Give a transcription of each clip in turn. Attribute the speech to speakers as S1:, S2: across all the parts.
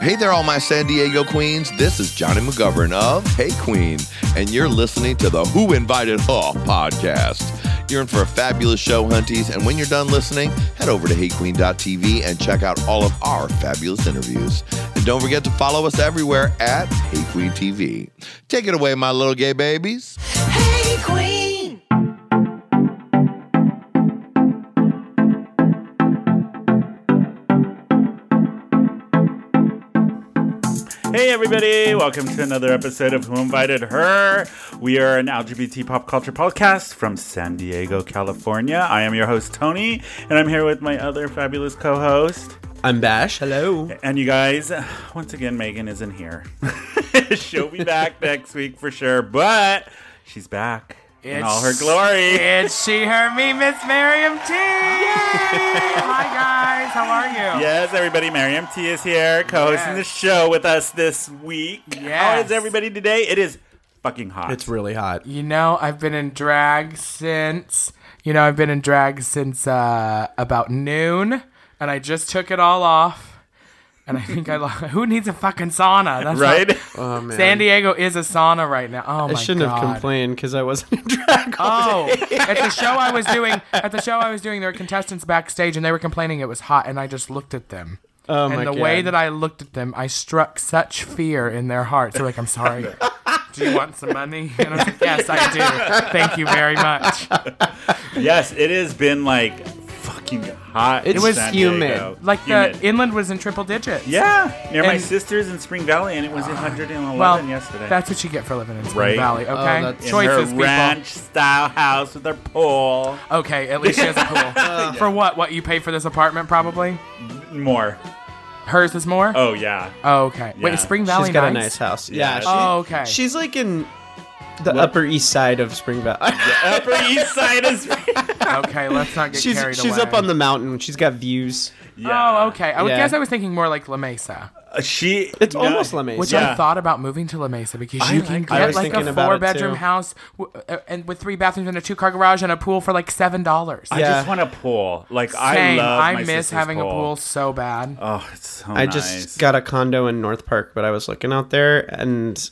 S1: Hey there, all my San Diego queens. This is Johnny McGovern of Hey Queen, and you're listening to the Who Invited Her podcast. You're in for a fabulous show, hunties, and when you're done listening, head over to heyqueen.tv and check out all of our fabulous interviews. And don't forget to follow us everywhere at Hey Queen TV. Take it away, my little gay babies.
S2: Hey Queen.
S3: Hey, everybody, welcome to another episode of Who Invited Her. We are an LGBT pop culture podcast from San Diego, California. I am your host, Tony, and I'm here with my other fabulous co host.
S4: I'm Bash. Hello.
S3: And you guys, once again, Megan isn't here. She'll be back next week for sure, but she's back in all her
S5: It's-
S3: glory.
S5: It's she, her, me, Miss Miriam T. Hi guys, how are you?
S3: Yes, everybody, Miriam T is here, co hosting
S5: Yes.
S3: the show with us this week. How
S5: Yes.
S3: is everybody today? It is fucking hot.
S4: It's really hot.
S3: Oh
S5: You know, I've been in drag since you know I've been in drag since uh, about noon, and I just took it all off. And I think I lo- who needs a fucking sauna? That's
S3: right?
S5: not-
S4: Oh man.
S5: San Diego is a sauna right now. Oh
S4: I
S5: my
S4: shouldn't
S5: god.
S4: have complained because I wasn't in drag.
S5: Oh, at the show I was doing, at the show I was doing, there were contestants backstage, and they were complaining it was hot, and I just looked at them.
S4: Oh my
S5: and the
S4: god.
S5: way that I looked at them, I struck such fear in their hearts. They're like, "I'm sorry. do you want some money?" And I was like, "Yes, I do. Thank you very much."
S3: Yes, it has been like fucking hot.
S4: It
S3: in
S4: was
S3: San
S4: humid.
S3: Diego.
S5: Like
S3: Humid.
S5: the inland was in triple digits.
S3: yeah, near my
S5: and- Ah,
S3: sister's in Spring Valley, and it was 111
S5: Well,
S3: yesterday.
S5: that's what you get for living in Spring
S3: Right.
S5: Valley. Okay,
S4: that's-
S3: in her
S5: choices, people.
S3: ranch style house with her pool.
S5: Okay, at least she has a
S3: Oh,
S5: pool. For what? What you paid for this apartment? Probably.
S3: More.
S5: Hers is more.
S3: Oh yeah.
S5: Oh, okay. Wait,
S3: Yeah.
S5: is Spring Valley
S4: She's got a
S5: nice?
S4: nice house.
S3: Yeah.
S4: Yeah. she-
S5: Oh, okay.
S4: She's like in the Upper East Side of Spring Valley.
S3: Upper East Side is.
S5: okay, let's not get
S4: she's
S5: carried away.
S4: she's up on the mountain. She's got views.
S3: Yeah.
S5: Oh, okay. I would
S4: Yeah.
S5: guess I was thinking more like La Mesa,
S3: Uh, She.
S4: It's
S3: no,
S4: almost La Mesa.
S5: which
S3: Yeah.
S5: I thought about moving to La Mesa because you can
S3: like
S4: I
S5: get
S4: was
S5: like
S4: thinking
S5: a
S4: about it,
S5: four-bedroom
S4: too.
S5: house w- uh, and with three bathrooms and a two-car garage and a pool for like seven dollars.
S3: I
S4: Yeah.
S3: just want a pool. Like I
S5: Same.
S3: love.
S5: I
S3: my
S5: miss
S3: sister's
S5: having a pool so bad.
S3: Oh, it's so
S4: I
S3: nice.
S4: just got a condo in North Park, but I was looking out there, and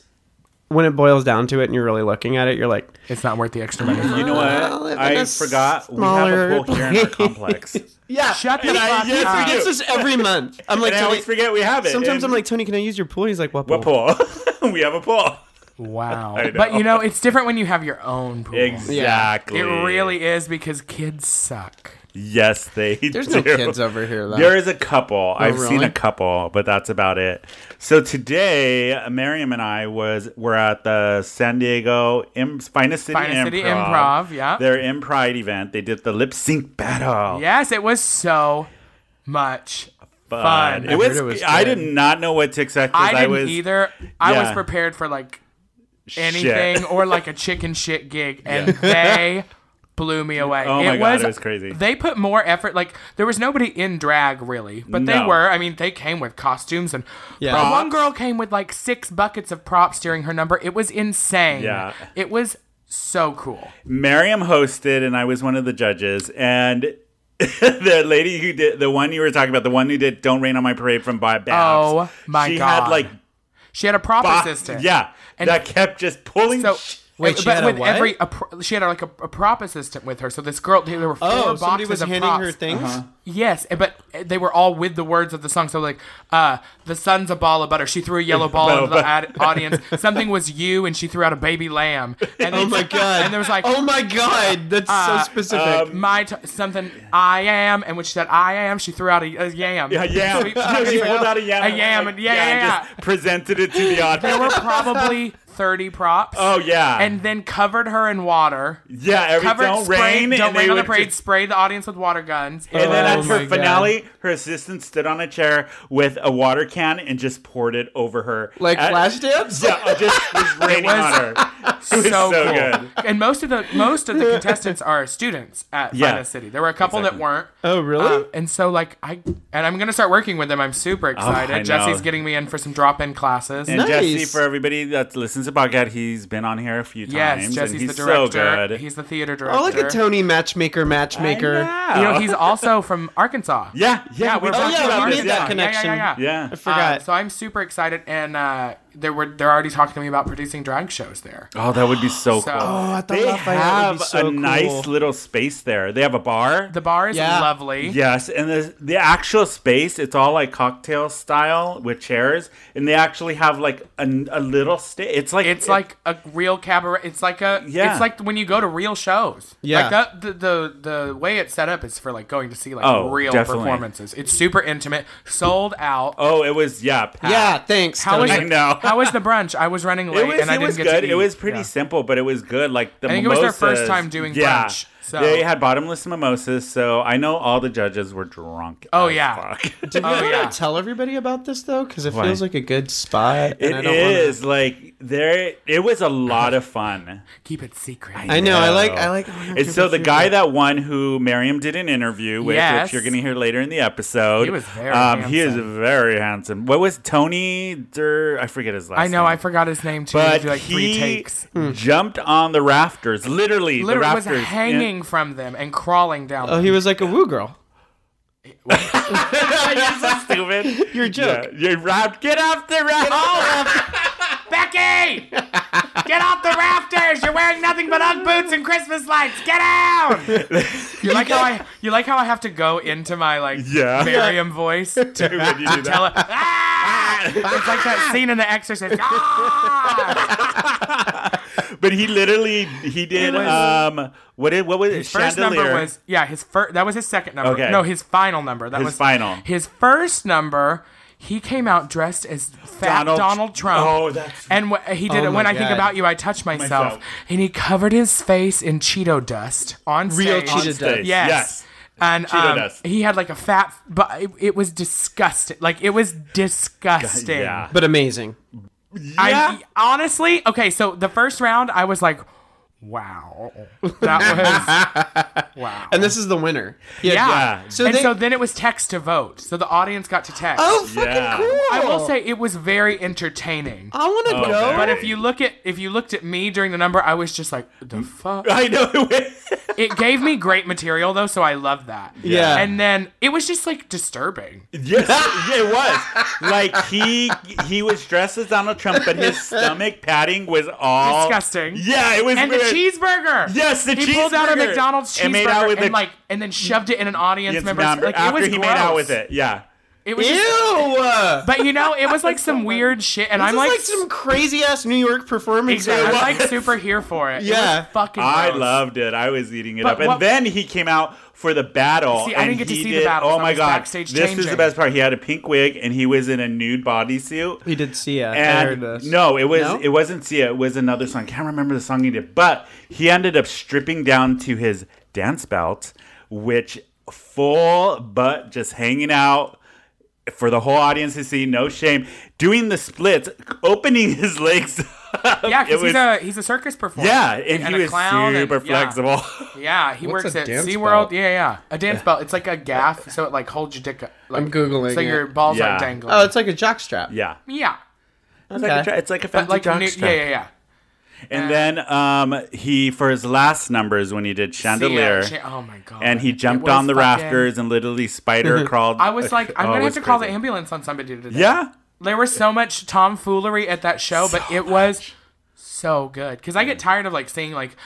S4: when it boils down to it, and you're really looking at it, you're like,
S5: It's not worth the extra money.
S3: You know what?
S4: Well, if
S3: I
S4: in a
S3: forgot we have a
S4: smaller
S3: pool here in our
S4: place.
S3: complex.
S4: yeah.
S5: Shut the
S3: And I-
S5: fuck
S3: yes, we
S5: up.
S3: do.
S4: It's just every month. I'm like,
S3: and I
S4: Tony-
S3: always forget we have it.
S4: sometimes
S3: and-
S4: I'm like, Tony, can I use your pool? He's like, what pool?
S3: What pool? we have a pool.
S5: Wow.
S3: know.
S5: But you know, it's different when you have your own pool.
S3: Exactly.
S5: It really is because kids suck.
S3: Yes, they
S4: There's
S3: do.
S4: no kids over here. Though. Oh,
S3: There is a couple. I've seen
S4: really?
S3: a couple, but that's about it. So today, Miriam and I was were at the San Diego Im- Finest City
S5: Finest
S3: Improv.
S5: City Improv, yeah.
S3: Their Impride event. They did the lip sync battle.
S5: Yes, it was so much fun.
S3: It was,
S4: it was
S3: I
S4: good.
S3: did not know what to expect. 'cause
S5: I didn't
S3: was,
S5: either. I was
S3: yeah.
S5: prepared for like
S3: Shit.
S5: anything or like a chicken shit gig, and they blew me away.
S3: Oh my God, it was crazy.
S5: They put more effort. Like there was nobody in drag really, but they
S3: No.
S5: were. I mean, they came with costumes and
S4: Yeah.
S5: But one
S3: Props.
S5: girl came with like six buckets of props during her number. It was insane.
S3: Yeah.
S5: it was so cool.
S3: Miriam hosted, and I was one of the judges. And the lady who did the one you were talking about, the one who did "Don't Rain on My Parade" from Bob Babs.
S5: Oh, my
S3: she
S5: God.
S3: had like
S5: She had a prop
S3: bo-
S5: assistant.
S3: yeah,
S5: And-
S3: that kept just pulling.
S5: So eh,
S3: sh-
S4: Wait,
S5: but
S4: she had a
S5: with
S4: what?
S5: every a pro- she had like a, a prop assistant with her. So this girl, there were four
S4: Oh,
S5: boxes
S4: somebody was
S5: of
S4: handing
S5: props.
S4: her things.
S3: Uh-huh.
S5: Yes, eh, but they were all with the words of the song. So like, uh, the sun's a ball of butter. She threw a yellow ball into the ad- audience. Something was you, and she threw out a baby lamb. And
S4: Oh my god!
S5: And there was like, Uh,
S4: oh my god, that's so specific.
S3: um,
S5: my t- something I am, and when she said I am, she threw out a, a yam.
S3: yeah, yeah.
S5: Sweet-
S3: No, she pulled out a yam.
S5: A
S3: and
S5: yam,
S3: like,
S5: and yeah, yeah,
S3: and just presented it to the audience.
S5: There were probably thirty props.
S3: oh yeah,
S5: And then covered her in water.
S3: yeah, every
S5: Covered,
S3: don't
S5: sprayed,
S3: rain,
S5: don't
S3: and they
S5: rain on the
S3: would
S5: parade.
S3: just-
S5: Sprayed the audience with water guns.
S3: and then
S4: Oh
S3: at her
S4: my
S3: finale, her assistant stood on a chair with a water can and just poured it over her.
S4: like
S3: At-
S4: Flashdance?
S3: Yeah, it just was raining
S5: was-
S3: on her.
S5: so,
S3: so
S5: cool.
S3: good.
S5: And most of the most of the contestants are students at
S3: Yeah.
S5: Finest City. There were a couple
S3: Exactly.
S5: that weren't.
S4: Oh really?
S5: Um, and so like I and I'm gonna start working with them. I'm super
S3: Oh, I
S5: excited.
S3: know.
S5: Jesse's getting me in for some drop in classes.
S3: And Jesse,
S4: Nice.
S3: for everybody that listens Owns the Podcast. He's been on here a few
S5: Yes,
S3: times.
S5: Jesse's
S3: and
S5: the
S3: he's so
S5: director.
S3: good.
S5: he's the theater director.
S4: Oh, look at Tony, matchmaker, matchmaker.
S3: I
S5: You know, he's also from Arkansas.
S3: Oh. Yeah, yeah,
S5: yeah,
S3: we're
S5: we
S3: talking
S5: talked
S4: yeah,
S5: about
S4: we
S5: this.
S4: made that
S5: Yeah,
S4: connection.
S5: Yeah, yeah, yeah.
S3: Yeah.
S4: I forgot.
S5: Uh, so I'm super excited, and uh, they were they're already talking to me about producing drag shows there.
S3: Oh, that would be so,
S5: So-
S3: cool.
S5: Oh,
S4: I thought
S3: they
S4: Lafayette would be
S3: have
S4: so
S3: a
S4: cool.
S3: nice little space there. They have a bar.
S5: The bar is
S4: Yeah.
S5: lovely.
S3: Yes, and the the actual space, it's all like cocktail style with chairs, and they actually have like a, a little stage. It's like
S5: It's like a real cabaret. It's like a.
S3: Yeah.
S5: It's like when you go to real shows.
S4: Yeah.
S5: Like the, the the the way it's set up is for like going to see like
S3: Oh,
S5: real
S3: definitely.
S5: performances. It's super intimate. Sold out.
S3: oh, it was yeah, packed.
S4: Yeah, thanks.
S5: How was
S4: Tony.
S3: I know.
S5: how was the brunch? I was running late
S3: It was,
S5: and I
S3: it
S5: didn't
S3: was
S5: get
S3: good.
S5: to eat.
S3: It was pretty
S5: Yeah.
S3: simple, but it was good. Like the
S5: I think it was
S3: mimosas.
S5: their first time doing
S3: yeah,
S5: brunch, so-
S3: They had bottomless mimosas, so I know all the judges were drunk.
S5: Oh,
S3: as
S5: yeah.
S3: fuck.
S4: Did we
S5: Oh,
S4: want
S5: yeah.
S4: to tell everybody about this though? Because it
S3: Why?
S4: feels like a good spot. and I
S3: It
S4: don't wanna-
S3: is like there. It was a lot of fun.
S5: Keep it secret.
S4: I know. I like. I like.
S3: And so the guy that won who Miriam did an interview with, which
S5: Yes.
S3: you're gonna hear later in the episode. um,
S5: He was very
S3: He is
S5: handsome.
S3: very handsome. What was Tony Dur? I forget his last.
S5: I know.
S3: name.
S5: I forgot his name too.
S3: But
S5: He did, like
S3: he
S5: three takes. Hmm.
S3: jumped on the rafters, literally.
S5: Literally
S3: the
S5: was
S3: rafters in-
S5: hanging from them and crawling down.
S4: Oh,
S5: them.
S4: he was like a woo girl.
S3: You're so stupid.
S4: Your
S3: Yeah,
S4: joke.
S3: you're wrapped. Get off the rafters.
S5: Becky, get off the rafters! You're wearing nothing but Ugg boots and Christmas lights. Get down! You like how I you like how I have to go into my like
S3: Yeah.
S5: Miriam voice to
S3: When you do that.
S5: tell it. "Ah!" It's like that scene in The Exorcist. "Ah!"
S3: But he literally he did.
S5: was-
S3: um, what did what was it?
S5: First
S3: Chandelier.
S5: number was yeah his first that was his second number.
S3: Okay.
S5: No, his final number. That
S3: His
S5: was
S3: final.
S5: His first number. He came out dressed as fat Donald, Trump.
S3: Oh, that's
S5: And wh- he did
S4: Oh
S5: it
S4: my
S5: when I think
S4: God.
S5: about you, I touch myself.
S3: Myself.
S5: And he covered his face in Cheeto dust on stage.
S4: Real
S5: On-
S4: Cheeto
S3: stage.
S4: dust.
S5: Yes.
S3: yes.
S5: And um,
S3: dust.
S5: he had like a fat, but it, it was disgusting. Like it was disgusting.
S3: Yeah.
S4: But amazing.
S5: I honestly, okay. So the first round, I was like, wow, that was wow.
S4: And this is the winner. Yeah.
S5: yeah.
S3: yeah.
S4: So
S5: and
S4: they-
S5: so then it was text to vote. So the audience got to text.
S4: Oh, fucking
S3: Yeah.
S4: cool.
S5: I will say it was very entertaining.
S4: I want to go.
S3: man.
S5: But if you look at if you looked at me during the number, I was just like, the fuck.
S3: I know.
S5: It gave me great material though, so I love that.
S4: Yeah.
S5: And then it was just like disturbing.
S3: Yes, yeah, it was. Like he he was dressed as Donald Trump, but his stomach padding was all
S5: Disgusting.
S3: Yeah, it was.
S5: And the
S3: weird.
S5: cheeseburger.
S3: Yes, the
S5: he pulled out a
S3: cheeseburger.
S5: McDonald's cheeseburger
S3: And
S5: and,
S3: made out with the-
S5: like and then shoved it in an audience
S3: Yes,
S5: member's
S3: remember,
S5: like it
S3: after
S5: was
S3: he made out with
S5: gross.
S3: it. Yeah.
S5: It was
S4: Ew.
S5: just-
S4: This
S5: but you know, it was like some weird shit and I'm
S4: is
S5: like,
S4: like some crazy ass New York performance.
S5: exactly, I'm
S4: Like,
S5: like super here for it. It was
S4: Yeah.
S5: fucking
S3: I
S5: gross.
S3: loved it. I was eating it
S5: But
S3: up, and
S5: what-
S3: then he came out for the battle.
S5: See, I
S3: and
S5: didn't get to
S3: he
S5: see the
S3: did-
S5: battle,
S3: Oh
S5: so I
S3: my
S5: was
S3: god!
S5: backstage
S3: this is the
S5: changing.
S3: best part. He had a pink wig, and he was in a nude bodysuit.
S4: We did see it. I heard
S3: And
S4: this.
S3: no, it was
S4: No?
S3: it wasn't Sia. It was another song. I can't remember the song he did, but he ended up stripping down to his dance belt, which full butt just hanging out for the whole audience to see. No shame, doing the splits, opening his legs. Up.
S5: Yeah, because
S3: It was-
S5: he's a he's a circus performer.
S3: yeah, and,
S5: and
S3: he
S5: a
S3: was
S5: clown and-
S3: super
S5: yeah.
S3: flexible.
S5: Yeah, he
S4: What's
S5: works
S4: a
S5: at
S4: dance
S5: SeaWorld.
S4: belt?
S5: Yeah, yeah. A dance belt. It's like a gaff, so it like holds your dick up. Like,
S4: I'm Googling
S5: So
S4: it.
S5: your balls
S3: Yeah.
S5: aren't dangling.
S4: Oh, it's like a jockstrap.
S3: Yeah,
S5: yeah.
S3: it's like a,
S4: Okay.
S3: tra- it's like a
S5: But
S3: fancy
S5: like,
S3: jock
S5: new-
S3: strap.
S5: yeah, yeah, yeah.
S3: And then um, he for his last numbers when he did chandelier.
S5: See, uh, cha- oh my god.
S3: and he
S5: It
S3: jumped
S5: was
S3: on the
S5: fucking-
S3: rafters and literally spider crawled.
S5: I was like, I'm
S3: Oh, it
S5: gonna have
S3: was
S5: to call the
S3: crazy.
S5: ambulance on somebody today.
S3: Yeah,
S5: There was so much tomfoolery at that show, but it was so good. Because I get tired of like seeing like,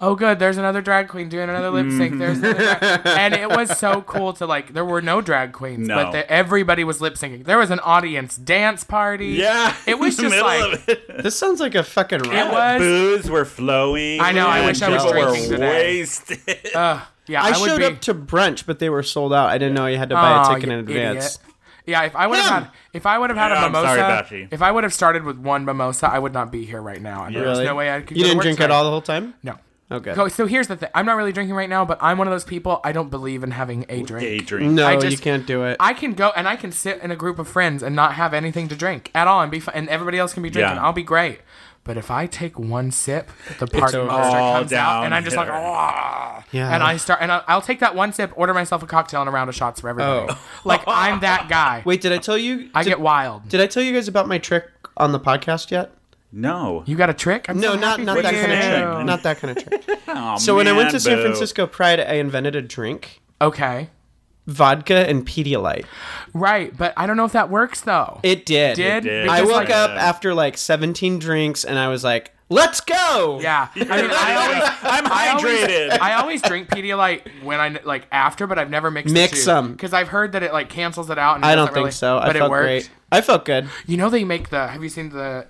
S5: oh good, there's another drag queen doing another lip sync. There's another
S3: Mm-hmm.
S5: drag-" and it was so cool to like. There were no drag queens,
S3: No.
S5: but the, everybody was lip syncing. There was an audience dance party.
S3: yeah.
S5: It was
S3: In the
S5: just
S3: middle
S5: like-
S3: of it.
S4: This sounds like a fucking.
S5: it
S4: riot.
S5: was.
S3: booze were flowing.
S5: I know, I
S3: and
S5: wish I was
S3: people were
S5: drinking today. Uh,
S3: Wasted.
S5: Yeah, I,
S4: I,
S5: would
S4: showed
S5: be,
S4: up to brunch, but they were sold out. I didn't know you had to buy
S5: Aw,
S4: a ticket
S5: you
S4: in advance.
S5: idiot. Yeah, if I would have
S4: Him!
S5: had, if I would have had
S3: Yeah,
S5: a
S3: I'm sorry,
S5: mimosa,
S3: Bachi.
S5: if I would have started with one mimosa, I would not be here right now. And There's
S4: Really?
S5: no way I could.
S4: You
S5: go to
S4: didn't
S5: work
S4: drink at
S5: tonight.
S4: all the whole time.
S5: No.
S4: Okay.
S5: So- So here's the thing. I'm not really drinking right now, but I'm one of those people. I don't believe in having a drink.
S3: A drink.
S4: No,
S5: I just-
S4: you can't do it.
S5: I can go and I can sit in a group of friends and not have anything to drink at all, and be fun, and everybody else can be drinking.
S3: Yeah.
S5: I'll be great. But if I take one sip, the park
S4: over.
S5: monster
S3: All
S5: comes out, and I'm just like,
S3: downhill.
S5: "Ah."
S4: Yeah.
S5: and I start, and I'll, I'll take that one sip, order myself a cocktail and a round of shots for everybody.
S4: Oh.
S5: Like I'm that guy.
S4: Wait, did I tell you?
S5: I
S4: did,
S5: get wild.
S4: Did I tell you guys about my trick on the podcast yet?
S3: No.
S5: You got a trick? I'm
S4: No,
S5: so
S4: not
S5: happy
S4: not
S5: for
S4: that kind
S5: you.
S4: of trick. Not that kind of trick.
S3: Aw,
S4: So when I went to
S3: man,
S4: San
S3: boo.
S4: Francisco Pride, I invented a drink:
S5: Okay.
S4: vodka and Pedialyte.
S5: Right, but I don't know if that works though.
S4: It did.
S5: did?
S3: did.
S5: Because,
S4: I woke
S5: like,
S4: up
S3: Yeah.
S4: after like 17 drinks, and I was like, "Let's go!"
S5: Yeah. I mean, I always
S3: I'm
S5: I always,
S3: hydrated.
S5: I always drink Pedialyte when I like after, but I've never mixed
S4: Mix them.
S5: because I've heard that it like cancels it out. And it
S4: I don't
S5: doesn't
S4: think
S5: really-
S4: so. I
S5: but
S4: felt
S5: it worked.
S4: great. I felt good.
S5: You know they make the. Have you seen the?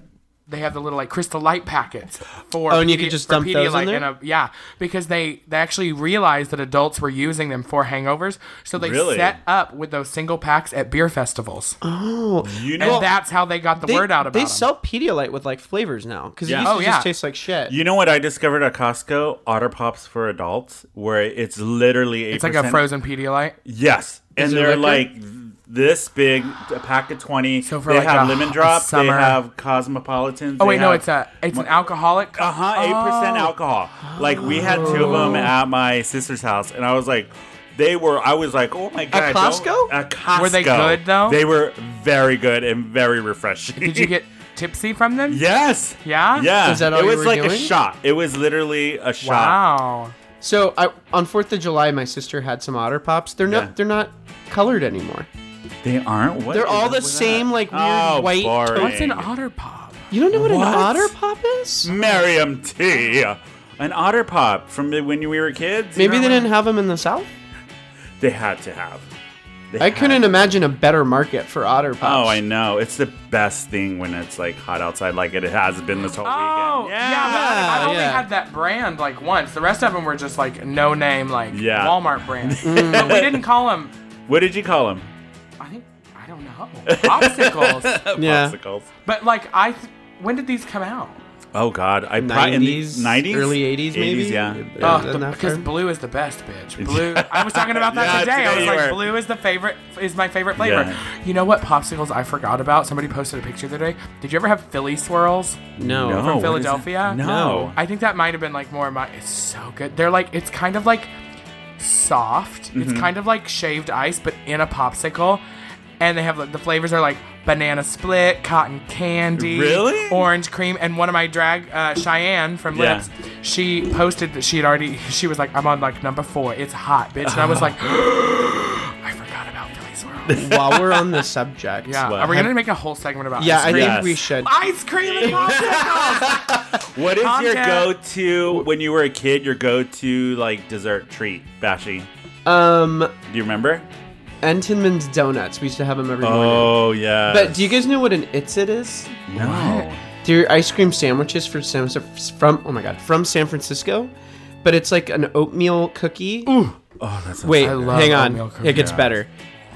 S5: They have the little like crystal light packets for.
S4: Oh, and you
S5: Pedi-
S4: could just
S5: for
S4: dump those in
S5: Pedialyte
S4: there?
S5: a, yeah, because they they actually realized that adults were using them for hangovers, so they
S3: Really?
S5: set up with those single packs at beer festivals,
S3: you
S5: and
S3: know,
S5: that's how they got the
S4: Oh. They,
S5: word out about
S4: they
S5: them.
S4: sell Pedialyte with like flavors now because
S3: Yeah.
S4: it used
S5: Oh,
S4: to
S5: yeah.
S4: just taste like shit.
S3: you know what I discovered at Costco? Otter Pops for adults, where it's literally 8%.
S5: it's like a frozen Pedialyte.
S3: Yes, and
S4: it
S3: they're like
S4: liquid?
S3: this big, a pack of twenty.
S5: So for
S3: they
S5: like
S3: have
S5: a-
S3: lemon
S5: a
S3: drop. They
S5: summer-
S3: have cosmopolitans.
S5: Oh wait, no, it's a it's an alcoholic.
S3: Uh huh, eight percent
S4: Oh.
S3: alcohol. Like we had two of them at my sister's house, and I was like, they were. I was like, oh my god. don't-
S4: Costco?
S3: At Costco.
S5: Were they good, though?
S3: They were very good and very refreshing.
S5: Did you get tipsy from them?
S3: Yes.
S5: Yeah?
S3: Yeah.
S4: Is that all
S3: it
S4: you
S3: was
S4: were
S3: like a
S4: doing?
S3: shot. It was literally a shot.
S5: Wow.
S4: So I, on Fourth of July, my sister had some Otter Pops. They're not
S3: Yeah.
S4: they're not colored anymore.
S3: They aren't. What
S4: They're
S3: is
S4: all
S3: up
S4: the
S3: with that?
S4: same like weird
S3: Oh,
S4: white.
S3: boring.
S4: to-
S5: What's an otter pop?
S4: You don't know what,
S3: What?
S4: an Otter Pop
S5: Mm,
S4: is?
S3: Merriam T. An otter pop from the- when we were kids. you
S4: Maybe they
S3: remember?
S4: didn't have them in the South.
S3: They had to have. They
S4: I
S3: had
S4: couldn't
S3: to.
S4: imagine a better market for Otter Pops.
S3: Oh, I know. It's the best thing when it's like hot outside, like it has been this whole
S5: Oh,
S3: weekend.
S5: yeah. but I- I've only
S4: Yeah.
S5: had that brand like once. The rest of them were just like no name, like
S3: Yeah.
S5: Walmart brand. but we didn't call them.
S3: What did you call them?
S5: I think I don't know popsicles.
S4: yeah.
S3: Popsicles.
S5: but like I, th- when did these come out?
S3: Oh God, I probably in the
S4: 90s,
S3: 90s,
S4: early 80s, maybe.
S3: 80s, yeah.
S4: Uh,
S5: Oh,
S4: in that
S5: because
S4: term.
S5: blue is the best, bitch. Blue. I was talking about that
S3: Yeah,
S5: today. I
S3: today
S5: was
S3: you
S5: like,
S3: were.
S5: blue is the favorite. Is my favorite flavor.
S3: Yeah.
S5: You know what popsicles I forgot about? Somebody posted a picture the other day. Did you ever have Philly swirls?
S4: No.
S3: No.
S5: from
S3: what is it?
S5: Philadelphia?
S3: No.
S5: I think that might have been like more of my. It's so good. They're like it's kind of like soft.
S3: Mm-hmm.
S5: It's kind of like shaved ice, but in a popsicle. And they have like the flavors are like banana split, cotton candy,
S3: Really?
S5: orange cream. And one of my drag uh, Cheyenne from
S3: Yeah.
S5: Lips, she posted that she had already. She was like, "I'm on like number four. It's hot, bitch." And I was like, "I forgot about Philly swirls."
S4: While we're on the subject.
S5: Yeah,
S3: Wow.
S5: are we gonna make a whole segment about
S4: Yeah,
S5: ice
S4: I
S5: cream?
S4: think
S3: Yes.
S4: we should.
S5: ice cream and popsicles?
S3: What is your
S5: Contact.
S3: go-to when you were a kid? Your go-to like dessert treat, Bashy.
S4: Um,
S3: Do you remember?
S4: Entenmann's donuts. We used to have them every morning.
S3: Oh yeah. Oh,
S4: But do you guys know what an itzit is?
S3: no.
S4: They're ice cream sandwiches for San, from oh my god from San Francisco, but it's like an oatmeal cookie.
S3: Oh, that's
S4: Wait,
S5: I love
S4: hang
S5: oatmeal
S4: on,
S5: cookies.
S4: it gets better.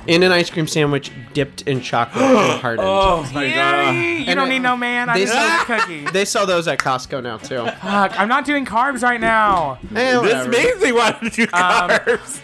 S4: In an ice cream sandwich dipped in chocolate and hardened.
S3: Oh my
S5: Yay!
S3: God.
S5: You
S4: And
S5: don't
S4: it-
S5: need no man. I
S4: they
S5: just
S4: sell-
S5: need a cookie.
S4: They sell those at Costco now too.
S5: Fuck, I'm not doing carbs right now.
S4: Eh,
S3: This
S4: whatever.
S3: makes me want to do carbs.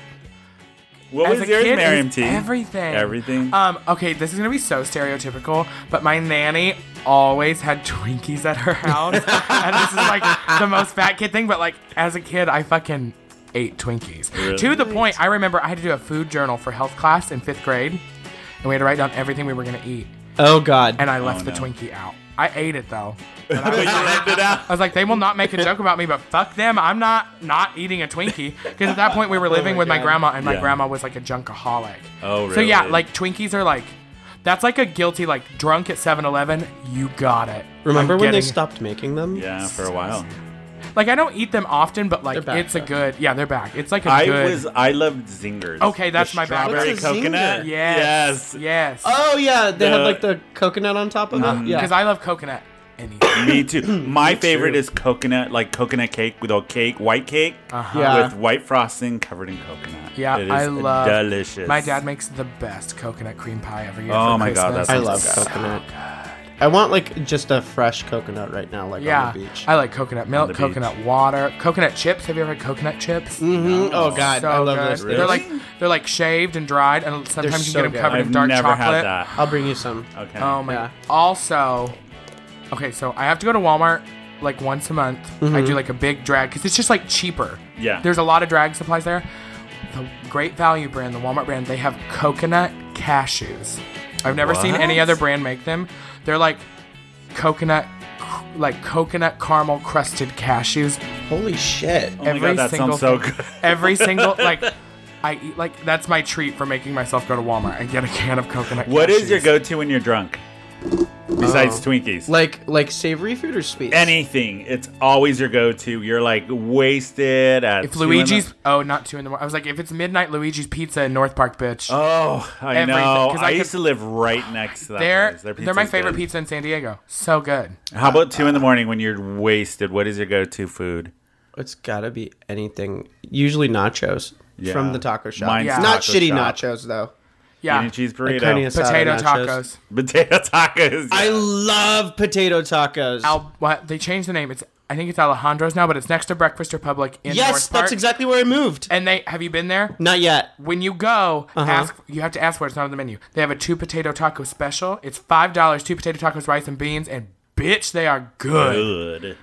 S3: what
S5: As
S3: was
S5: a
S3: yours,
S5: kid,
S3: Merriam
S5: it's
S3: T?
S5: Everything.
S3: Everything.
S5: Um, okay, this is gonna be so stereotypical, but my nanny always had Twinkies at her house. and this is like the most fat kid thing, but like as a kid, I fucking ate Twinkies. To the point, I remember I had to do a food journal for health class in fifth grade, and we had to write down everything we were gonna eat,
S4: Oh god.
S5: and I left
S3: no.
S5: the Twinkie out. I ate it though.
S3: But you left it out.
S5: I was like, they will not make a joke about me, but fuck them. I'm not not eating a Twinkie because at that point we were living
S4: my
S5: with my
S4: God.
S5: grandma, and my
S3: Oh Yeah.
S5: grandma was like a junkaholic.
S3: Oh,
S5: So yeah,
S3: really?
S5: like Twinkies are like, that's like a guilty like drunk at 7-Eleven. You got it.
S4: Remember
S5: I'm
S4: when they
S5: getting-
S4: stopped making them?
S3: Yeah, for a while.
S5: Like I don't eat them often, but like
S4: They're back,
S5: it's a
S4: though.
S5: good. Yeah, they're back. It's like a
S3: I
S5: good.
S3: was I loved zingers.
S5: Okay, that's
S3: The
S5: my bad.
S3: strawberry
S4: What's a
S3: coconut.
S4: Zinger?
S3: Yes.
S5: yes. Yes.
S4: Oh yeah, they
S3: The-
S4: have like the coconut on top of
S3: Uh-huh.
S4: it. Yeah.
S5: Because I love coconut. Anything.
S3: Me too. My favorite is coconut, like coconut cake with a cake, white cake
S4: Yeah.
S3: with white frosting covered in coconut.
S5: Uh-huh. Yeah,
S3: it is
S5: I love.
S3: delicious.
S5: My dad makes the best coconut cream pie every year.
S3: Oh
S5: for
S3: my God,
S5: Christmas.
S3: that
S4: I
S3: sounds
S4: love coconut. I want like just a fresh coconut right now, like
S5: Yeah,
S4: on the beach.
S5: I like coconut milk,
S3: the beach.
S5: coconut water, coconut chips. Have you ever had coconut chips?
S3: Mm-hmm.
S4: Mhm. Oh god,
S5: so
S4: I love
S5: good.
S4: those.
S5: They're
S4: things.
S5: like they're like shaved and dried, and sometimes you
S4: so
S5: can get them
S4: good.
S5: covered
S3: I've
S5: in dark
S3: never
S5: chocolate.
S3: had that.
S4: I'll bring you some.
S3: Okay.
S5: Oh my!
S4: Yeah.
S5: Also, okay, so I have to go to Walmart like once a month. I do like a big drag because it's just like cheaper.
S3: Yeah.
S5: there's a lot of drag supplies there. The Great Value brand, the Walmart brand, they have coconut cashews. I've never seen any
S3: What?
S5: other brand make them. They're like coconut, cr- like coconut caramel crusted cashews
S4: Holy shit.
S3: Oh my god, that sounds so
S5: thing-
S3: good.
S5: Every single like I eat like that's my treat for making myself go to Walmart and get a can of coconut.
S3: What is
S5: cashews.
S3: your go-to when you're drunk? Besides Twinkies.
S4: Oh. Like like savory food or sweet?
S3: Anything. It's always your go-to. You're like wasted at
S5: If
S3: two in
S5: Luigi's
S3: the-
S5: oh not two in the morning. I was like if it's midnight Luigi's Pizza in North Park, bitch.
S3: Oh, I
S5: Everything,
S3: know.
S5: 'cause
S3: I,
S5: I
S3: used
S5: could-
S3: to live right next to that
S5: they're
S3: place. Their
S5: they're my
S3: pizza's
S5: favorite
S3: good.
S5: pizza in San Diego. So good.
S3: How about two in the morning when you're wasted? What is your go-to food?
S4: It's gotta be anything. Usually nachos
S3: Yeah.
S4: from the taco shop.
S3: Mine's
S5: Yeah.
S4: Not
S3: taco
S4: shitty
S3: shop.
S4: nachos though.
S5: Yeah,
S3: Any cheese
S4: Like
S3: burrito,
S4: carne asada
S5: potato
S4: nachos.
S5: tacos.
S3: potato tacos.
S4: I
S3: yeah.
S4: love potato tacos.
S5: Al what they changed the name. It's I think it's Alejandro's now, but it's next to Breakfast Republic in
S4: yes,
S5: North Park.
S4: that's exactly where I moved.
S5: And they have you been there?
S4: Not yet.
S5: When you go,
S3: Uh-huh.
S5: ask you have to ask where it's not on the menu. They have a two potato taco special. It's five dollars, two potato tacos, rice and beans, and bitch, they are good.
S3: good.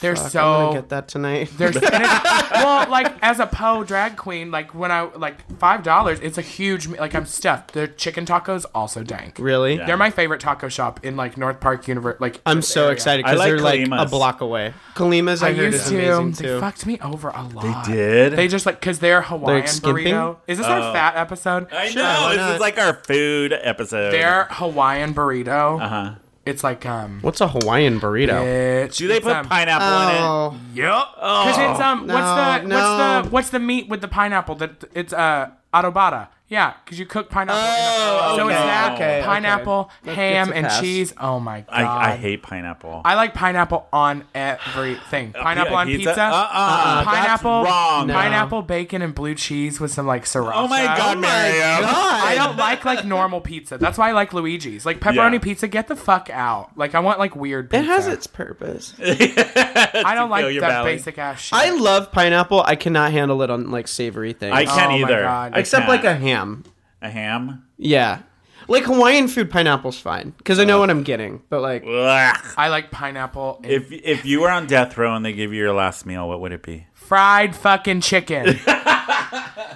S5: They're
S4: I'm gonna
S5: so
S4: get that tonight.
S5: they're so- and it's- well, like as a po drag queen, like when I like five dollars, it's a huge me- like I'm stuffed. Their chicken tacos also dank.
S4: Really?
S5: They're my favorite taco shop in like North Park University. Like
S4: I'm
S5: this
S4: so
S5: area.
S4: excited
S3: I
S4: because
S3: like
S4: they're like
S3: Kalimas.
S4: a block away. Kalima's I,
S5: I
S4: heard
S5: used
S4: is
S5: to.
S4: amazing
S5: They
S4: too.
S5: fucked me over a lot.
S3: did?
S5: They just like because they're Hawaiian
S4: skimping?
S5: burrito. Is this our fat episode?
S3: I know.
S4: why
S3: this is
S4: not?
S3: like our food episode.
S5: Their Hawaiian burrito. Uh huh. It's like um.
S4: What's a Hawaiian burrito?
S5: Bitch.
S3: Do they
S5: it's,
S3: put
S5: um,
S3: pineapple in it?
S4: Oh,
S5: Yep. Because
S3: Oh.
S5: it's um. what's
S4: No,
S5: the
S4: no.
S5: what's the what's the meat with the pineapple? That it's uh arrobata. Yeah, because you cook pineapple.
S3: Oh,
S5: in a, so
S4: okay,
S5: it's that
S4: okay, okay.
S5: pineapple,
S4: That
S5: ham,
S4: gets a
S5: and
S4: pass.
S5: cheese. Oh my god.
S3: I, I hate pineapple.
S5: I like pineapple on everything. Pineapple on pizza. Uh-uh.
S3: Uh uh
S5: pineapple,
S3: That's wrong.
S4: No.
S5: pineapple, bacon, and blue cheese with some like sriracha.
S3: Oh my god, Miriam.
S5: I don't like like normal pizza. That's why I like Luigi's. Like pepperoni
S3: Yeah.
S5: pizza, get the fuck out. Like I want like weird
S4: It
S5: pizza.
S4: has its purpose.
S5: I don't like
S3: fill your
S5: that
S3: belly.
S5: basic ass shit.
S4: I love pineapple. I cannot handle it on like savory things.
S3: I can't
S5: Oh my
S3: either.
S5: God.
S3: I
S4: Except
S3: can't.
S4: like a ham.
S3: a ham.
S4: Yeah. Like Hawaiian food pineapple's fine because I know what I'm getting. But like
S3: Ugh.
S5: I like pineapple and
S3: If if you were on death row and they give you your last meal, what would it be?
S5: fried fucking chicken.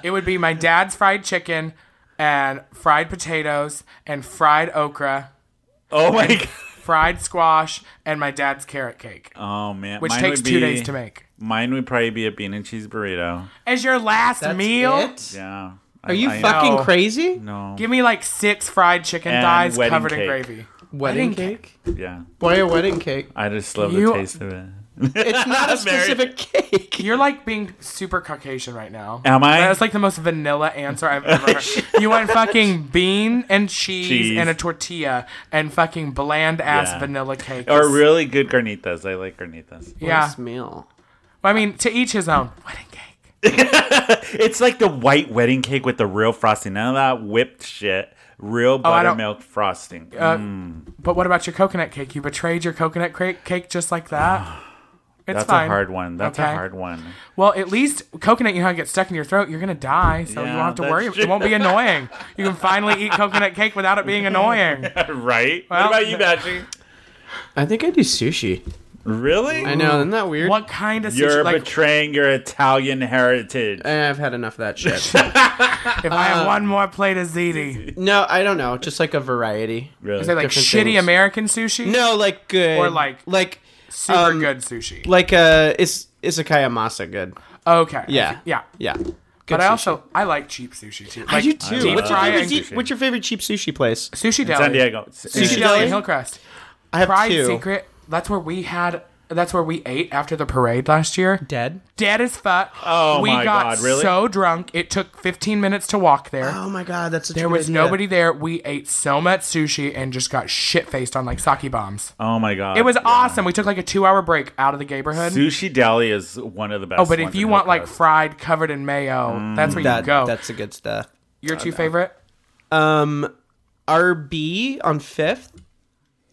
S5: it would be my dad's fried chicken and fried potatoes and fried okra,
S3: Oh my god.
S5: fried squash, and my dad's carrot cake,
S3: Oh man.
S5: which
S3: Mine
S5: takes
S3: would
S5: two
S3: be-
S5: days to make.
S3: Mine would probably be a bean and cheese burrito.
S5: As your last
S4: that's
S5: meal,
S4: it?
S3: Yeah.
S4: Are you
S3: I,
S4: fucking
S5: No.
S4: crazy?
S3: No.
S5: give me like six fried chicken
S3: And
S5: thighs
S3: wedding
S5: covered in
S3: cake.
S5: gravy.
S4: Wedding
S5: Wedding
S4: cake?
S3: Yeah.
S4: Boy, a wedding cake.
S3: I just love
S5: You-
S3: the taste of it.
S4: It's not a
S3: Mary-
S4: specific cake.
S5: You're like being super Caucasian right now.
S3: Am I?
S5: That's like the most vanilla answer I've ever heard. you want fucking bean and cheese,
S3: Cheese.
S5: and a tortilla and fucking bland ass
S3: Yeah.
S5: vanilla cake.
S3: Or really good garnitas. I like garnitas.
S5: yeah.
S4: Nice meal.
S5: I mean, to each his own. Wedding cake.
S3: It's like the white wedding cake with the real frosting. None of that whipped shit. Real
S5: Oh, I don't-
S3: buttermilk frosting.
S5: Uh, But what about your coconut cake? You betrayed your coconut cake, cake just like that. It's
S3: That's
S5: fine.
S3: a hard one. That's
S5: Okay.
S3: a hard one.
S5: Well, at least coconut, you know, how it gets stuck in your throat. You're gonna die, so you
S3: Yeah,
S5: won't have to
S3: that's
S5: worry.
S3: true.
S5: It won't be annoying. You can finally eat coconut cake without it being annoying.
S3: right?
S5: Well,
S3: what about you,
S5: the-
S3: Badgie?
S4: I think I do sushi.
S3: Really?
S4: I know, isn't that weird?
S5: What kind of
S3: You're
S5: situ- like, Uh,
S3: betraying your Italian heritage.
S4: Eh, I've had enough of that shit.
S5: If I
S4: Uh,
S5: have one more plate of ziti,
S4: no, I don't know. Just like a variety.
S3: Really?
S5: is it like
S4: Different
S5: shitty
S4: things.
S5: American sushi?
S4: No, like good
S5: Or like-
S4: like
S5: super
S4: um,
S5: good sushi.
S4: like uh is izakaya masa good.
S5: Okay,
S4: Yeah.
S5: yeah.
S4: Yeah. Good
S5: But I
S4: sushi.
S5: also I like cheap sushi too. Like
S4: I do too.
S5: Deep
S4: what's, your
S5: fry
S4: favorite
S5: and
S4: cheap- what's your favorite cheap sushi place?
S5: sushi deli.
S3: San Diego.
S5: Sushi
S4: Sushi
S5: deli in
S4: deli?
S5: Hillcrest.
S4: I have
S5: Pride
S4: two.
S5: Secret. That's where we had. That's where we ate after the parade last year.
S4: Dead.
S5: Dead as fuck.
S3: Oh
S5: we
S3: my
S5: got
S3: God, really?
S5: so drunk. It took 15 minutes to walk there.
S4: Oh my god, that's a
S5: there was nobody there. We ate so much sushi and just got shit faced on like sake bombs.
S3: Oh my god.
S5: It was
S3: Yeah.
S5: awesome. We took like a two hour break out of the neighborhood.
S3: Sushi deli is one of the best.
S5: Oh, but if
S3: ones in
S5: you want like
S3: Hillcrest.
S5: fried covered in mayo, that's where
S4: That,
S5: you go.
S4: That's the good stuff.
S5: Your
S3: Oh,
S5: two favorite?
S4: Um, RB on fifth.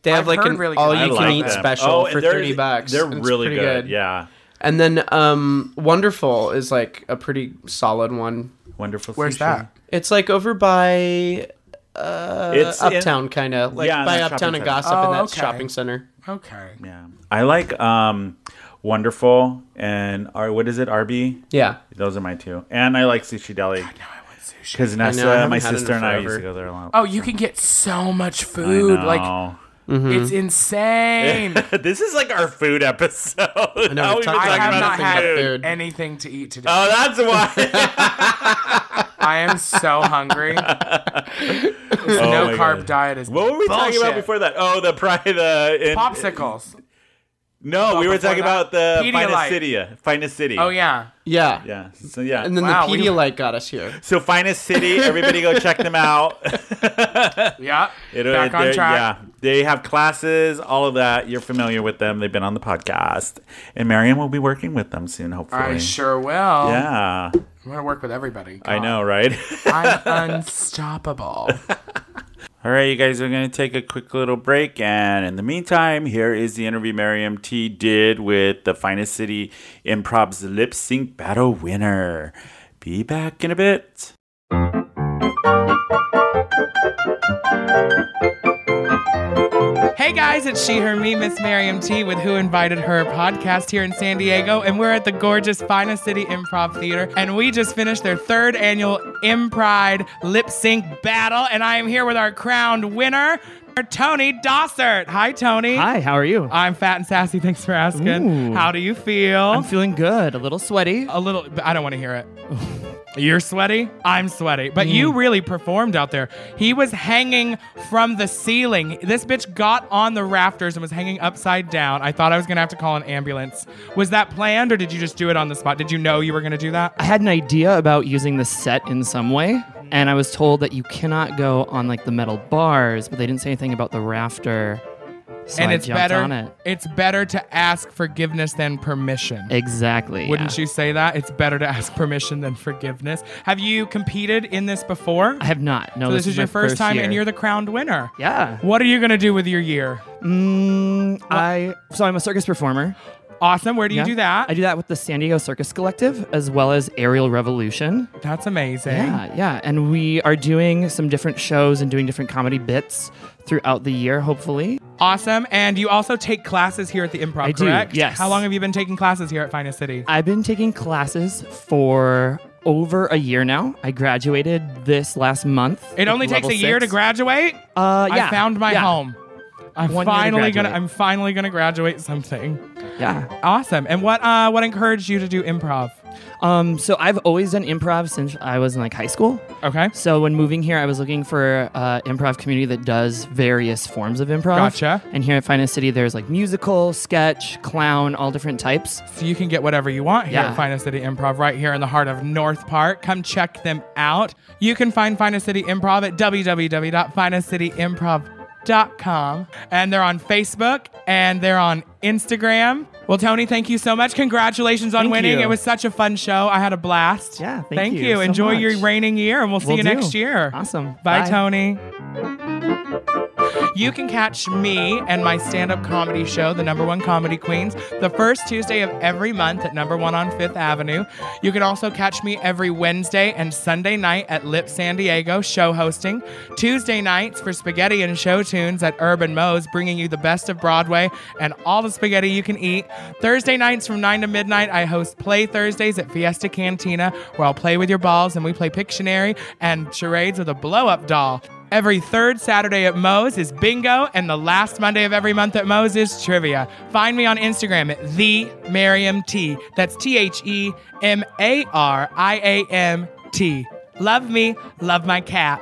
S4: They have
S5: I've
S4: like
S5: heard
S4: an
S5: really good
S4: all
S5: things
S4: you
S5: about
S4: can eat
S5: them.
S4: special
S3: Oh, and
S4: for
S3: they're-
S4: thirty bucks.
S3: They're
S4: It's
S3: really
S4: pretty
S3: good. Yeah.
S4: And then um, Wonderful is like a pretty solid one.
S3: Wonderful
S5: Where's
S3: sushi.
S5: that?
S4: It's like over by
S3: It's in-
S4: Uptown, kind of like
S3: Yeah, in
S4: by
S3: that
S4: Uptown
S3: shopping
S4: and
S3: center.
S4: Gossip in
S5: Oh,
S4: that
S5: okay.
S4: shopping center.
S5: Okay.
S3: yeah. I like um Wonderful and R what is it? RB?
S4: Yeah,
S3: Those are my two. And I like Sushi Deli. Because
S4: I
S3: Nessa,
S4: haven't
S3: my
S4: had it in
S3: sister and I used
S4: forever.
S3: to go there a lot.
S5: Oh, you can get so much food.
S3: I
S5: Oh, Like
S3: know. Mm-hmm.
S6: It's insane.
S3: this is like our food episode. I
S4: know, we talked
S6: I
S4: Talking
S6: have
S4: about
S6: not
S4: nothing
S6: had
S4: but food.
S6: anything to eat today.
S3: Oh, that's why.
S6: I am so hungry. no
S3: Oh my
S6: carb
S3: God.
S6: diet is
S3: what were we talking about
S6: bullshit.
S3: before that? Oh, the pri the in,
S6: Popsicles.
S3: No, we were
S6: before
S3: talking
S6: that?
S3: about the
S6: Pedialyte.
S3: Finest Finest City.
S6: Oh yeah.
S4: Yeah.
S3: Yeah. So yeah.
S4: And then
S6: Wow,
S4: the
S6: we-
S4: Pedialyte got us here.
S3: so Finest City, everybody go check them out.
S6: Yeah.
S3: It-
S6: Back on track.
S3: they're- Yeah, they have classes, all of that. You're familiar with them. They've been on the podcast, and Marion will be working with them soon, hopefully.
S6: I sure will.
S3: yeah,
S6: I'm gonna work with everybody.
S3: I
S6: God.
S3: know, right?
S6: I'm unstoppable.
S3: All right, you guys are going to take a quick little break. And in the meantime, here is the interview Miriam T did with the Finest City Improv's lip sync battle winner. Be back in a bit.
S5: Hey guys, it's she, her, me, Miss Miriam T with Who Invited Her podcast here in San Diego. And we're at the gorgeous Finest City Improv Theater. And we just finished their third annual Impride lip sync battle. And I am here with our crowned winner, Tony Dossert. Hi, Tony.
S7: Hi, how are you?
S5: I'm fat and sassy. Thanks for asking.
S7: Ooh.
S5: How do you feel?
S7: I'm feeling good. A little sweaty.
S5: a little, but I don't want to hear it. You're sweaty. I'm sweaty. But you
S7: Mm.
S5: really performed out there. He was hanging from the ceiling. This bitch got on the rafters and was hanging upside down. I thought I was going to have to call an ambulance. Was that planned or did you just do it on the spot? Did you know you were going to do that?
S7: I had an idea about using the set in some way, and I was told that you cannot go on like the metal bars, but they didn't say anything about the rafter. So
S5: and
S7: I
S5: it's
S7: jumped
S5: better
S7: on it.
S5: it's better to ask forgiveness than permission.
S7: Exactly.
S5: Wouldn't
S7: yeah.
S5: you say that? It's better to ask permission than forgiveness. Have you competed in this before?
S7: I have not. No,
S5: So this, is
S7: my
S5: your first, time
S7: year.
S5: and you're the crowned winner.
S7: Yeah.
S5: What are you going to do with your year?
S7: Mm, I so I'm a circus performer.
S5: Awesome. Where do you
S7: Yeah.
S5: do that?
S7: I do that with the San Diego Circus Collective as well as Aerial Revolution.
S5: That's amazing.
S7: Yeah, yeah. And we are doing some different shows and doing different comedy bits throughout the year, hopefully.
S5: Awesome. And you also take classes here at the improv,
S7: I do,
S5: correct?
S7: yes.
S5: How long have you been taking classes here at Finest City?
S7: I've been taking classes for over a year now. I graduated this last month.
S5: it
S7: like
S5: only takes
S7: level
S5: a year to
S7: six.
S5: graduate.
S7: Uh, yeah,
S5: I found my
S7: yeah,
S5: home. I'm
S7: One year to
S5: finally gonna
S7: graduate.
S5: I'm finally gonna graduate something.
S7: Yeah.
S5: Awesome. And what uh what encouraged you to do improv?
S7: Um. So I've always done improv since I was in like high school.
S5: Okay.
S7: So when moving here, I was looking for uh, improv community that does various forms of improv.
S5: Gotcha.
S7: And here at Finest City, there's like musical, sketch, clown, all different types.
S5: So you can get whatever you want here
S7: Yeah.
S5: at Finest City Improv, right here in the heart of North Park. Come check them out. You can find Finest City Improv at www.finestcityimprov.com. And they're on Facebook and they're on Instagram. Well, Tony, thank you so much. Congratulations on
S7: Thank
S5: winning.
S7: you.
S5: It was such a fun show. I had a blast.
S7: Yeah, thank
S5: thank
S7: you so
S5: Enjoy
S7: much.
S5: your reigning year, and we'll see
S7: Will
S5: you
S7: do.
S5: next year.
S7: Awesome.
S5: Bye,
S7: Bye.
S5: Tony. You can catch me and my stand up comedy show, The Number One Comedy Queens, the first Tuesday of every month at Number One on Fifth Avenue. You can also catch me every Wednesday and Sunday night at Lip San Diego, show hosting. Tuesday nights for Spaghetti and Show Tunes at Urban Moe's, bringing you the best of Broadway and all the spaghetti you can eat. Thursday nights from 9 to midnight, I host Play Thursdays at Fiesta Cantina, where I'll play with your balls and we play Pictionary and charades with a blow up doll. Every third Saturday at Moe's is bingo, and the last Monday of every month at Moe's is trivia. Find me on Instagram at the Mariam T. That's T H E M A R I A M T. Love me, love my cat.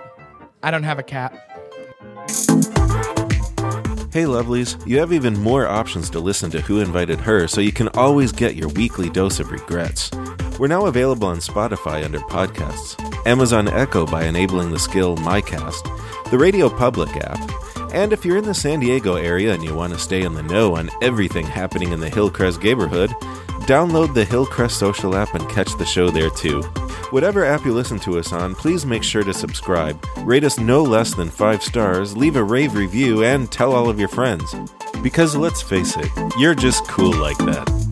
S5: I don't have a cat.
S8: Hey, lovelies, you have even more options to listen to Who Invited Her, so you can always get your weekly dose of regrets. We're now available on Spotify under podcasts, Amazon Echo by enabling the skill MyCast, the Radio Public app, and if you're in the San Diego area and you want to stay in the know on everything happening in the Hillcrest neighborhood, download the Hillcrest Social app and catch the show there too. Whatever app you listen to us on, please make sure to subscribe, rate us no less than five stars, leave a rave review, and tell all of your friends. Because let's face it, you're just cool like that.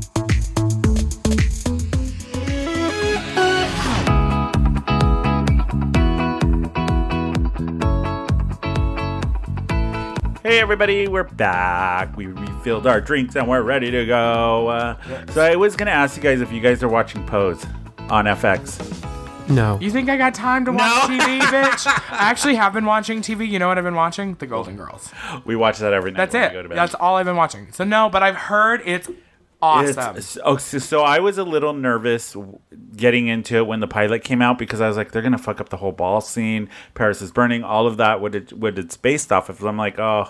S3: Hey everybody, we're back. We refilled our drinks and we're ready to go. Uh, So I was gonna ask you guys if you guys are watching Pose on FX.
S4: No.
S5: You think I got time to watch TV, bitch? I actually have been watching TV. You know what I've been watching? The Golden Girls.
S3: We watch that every night.
S5: That's
S3: when we
S5: it.
S3: Go to bed.
S5: That's all I've been watching. So no, but I've heard it's awesome.
S3: It's- oh, so, so I was a little nervous w- getting into it when the pilot came out because I was like, they're gonna fuck up the whole ball scene. Paris is burning. All of that. What it what it's based off of. I'm like, oh,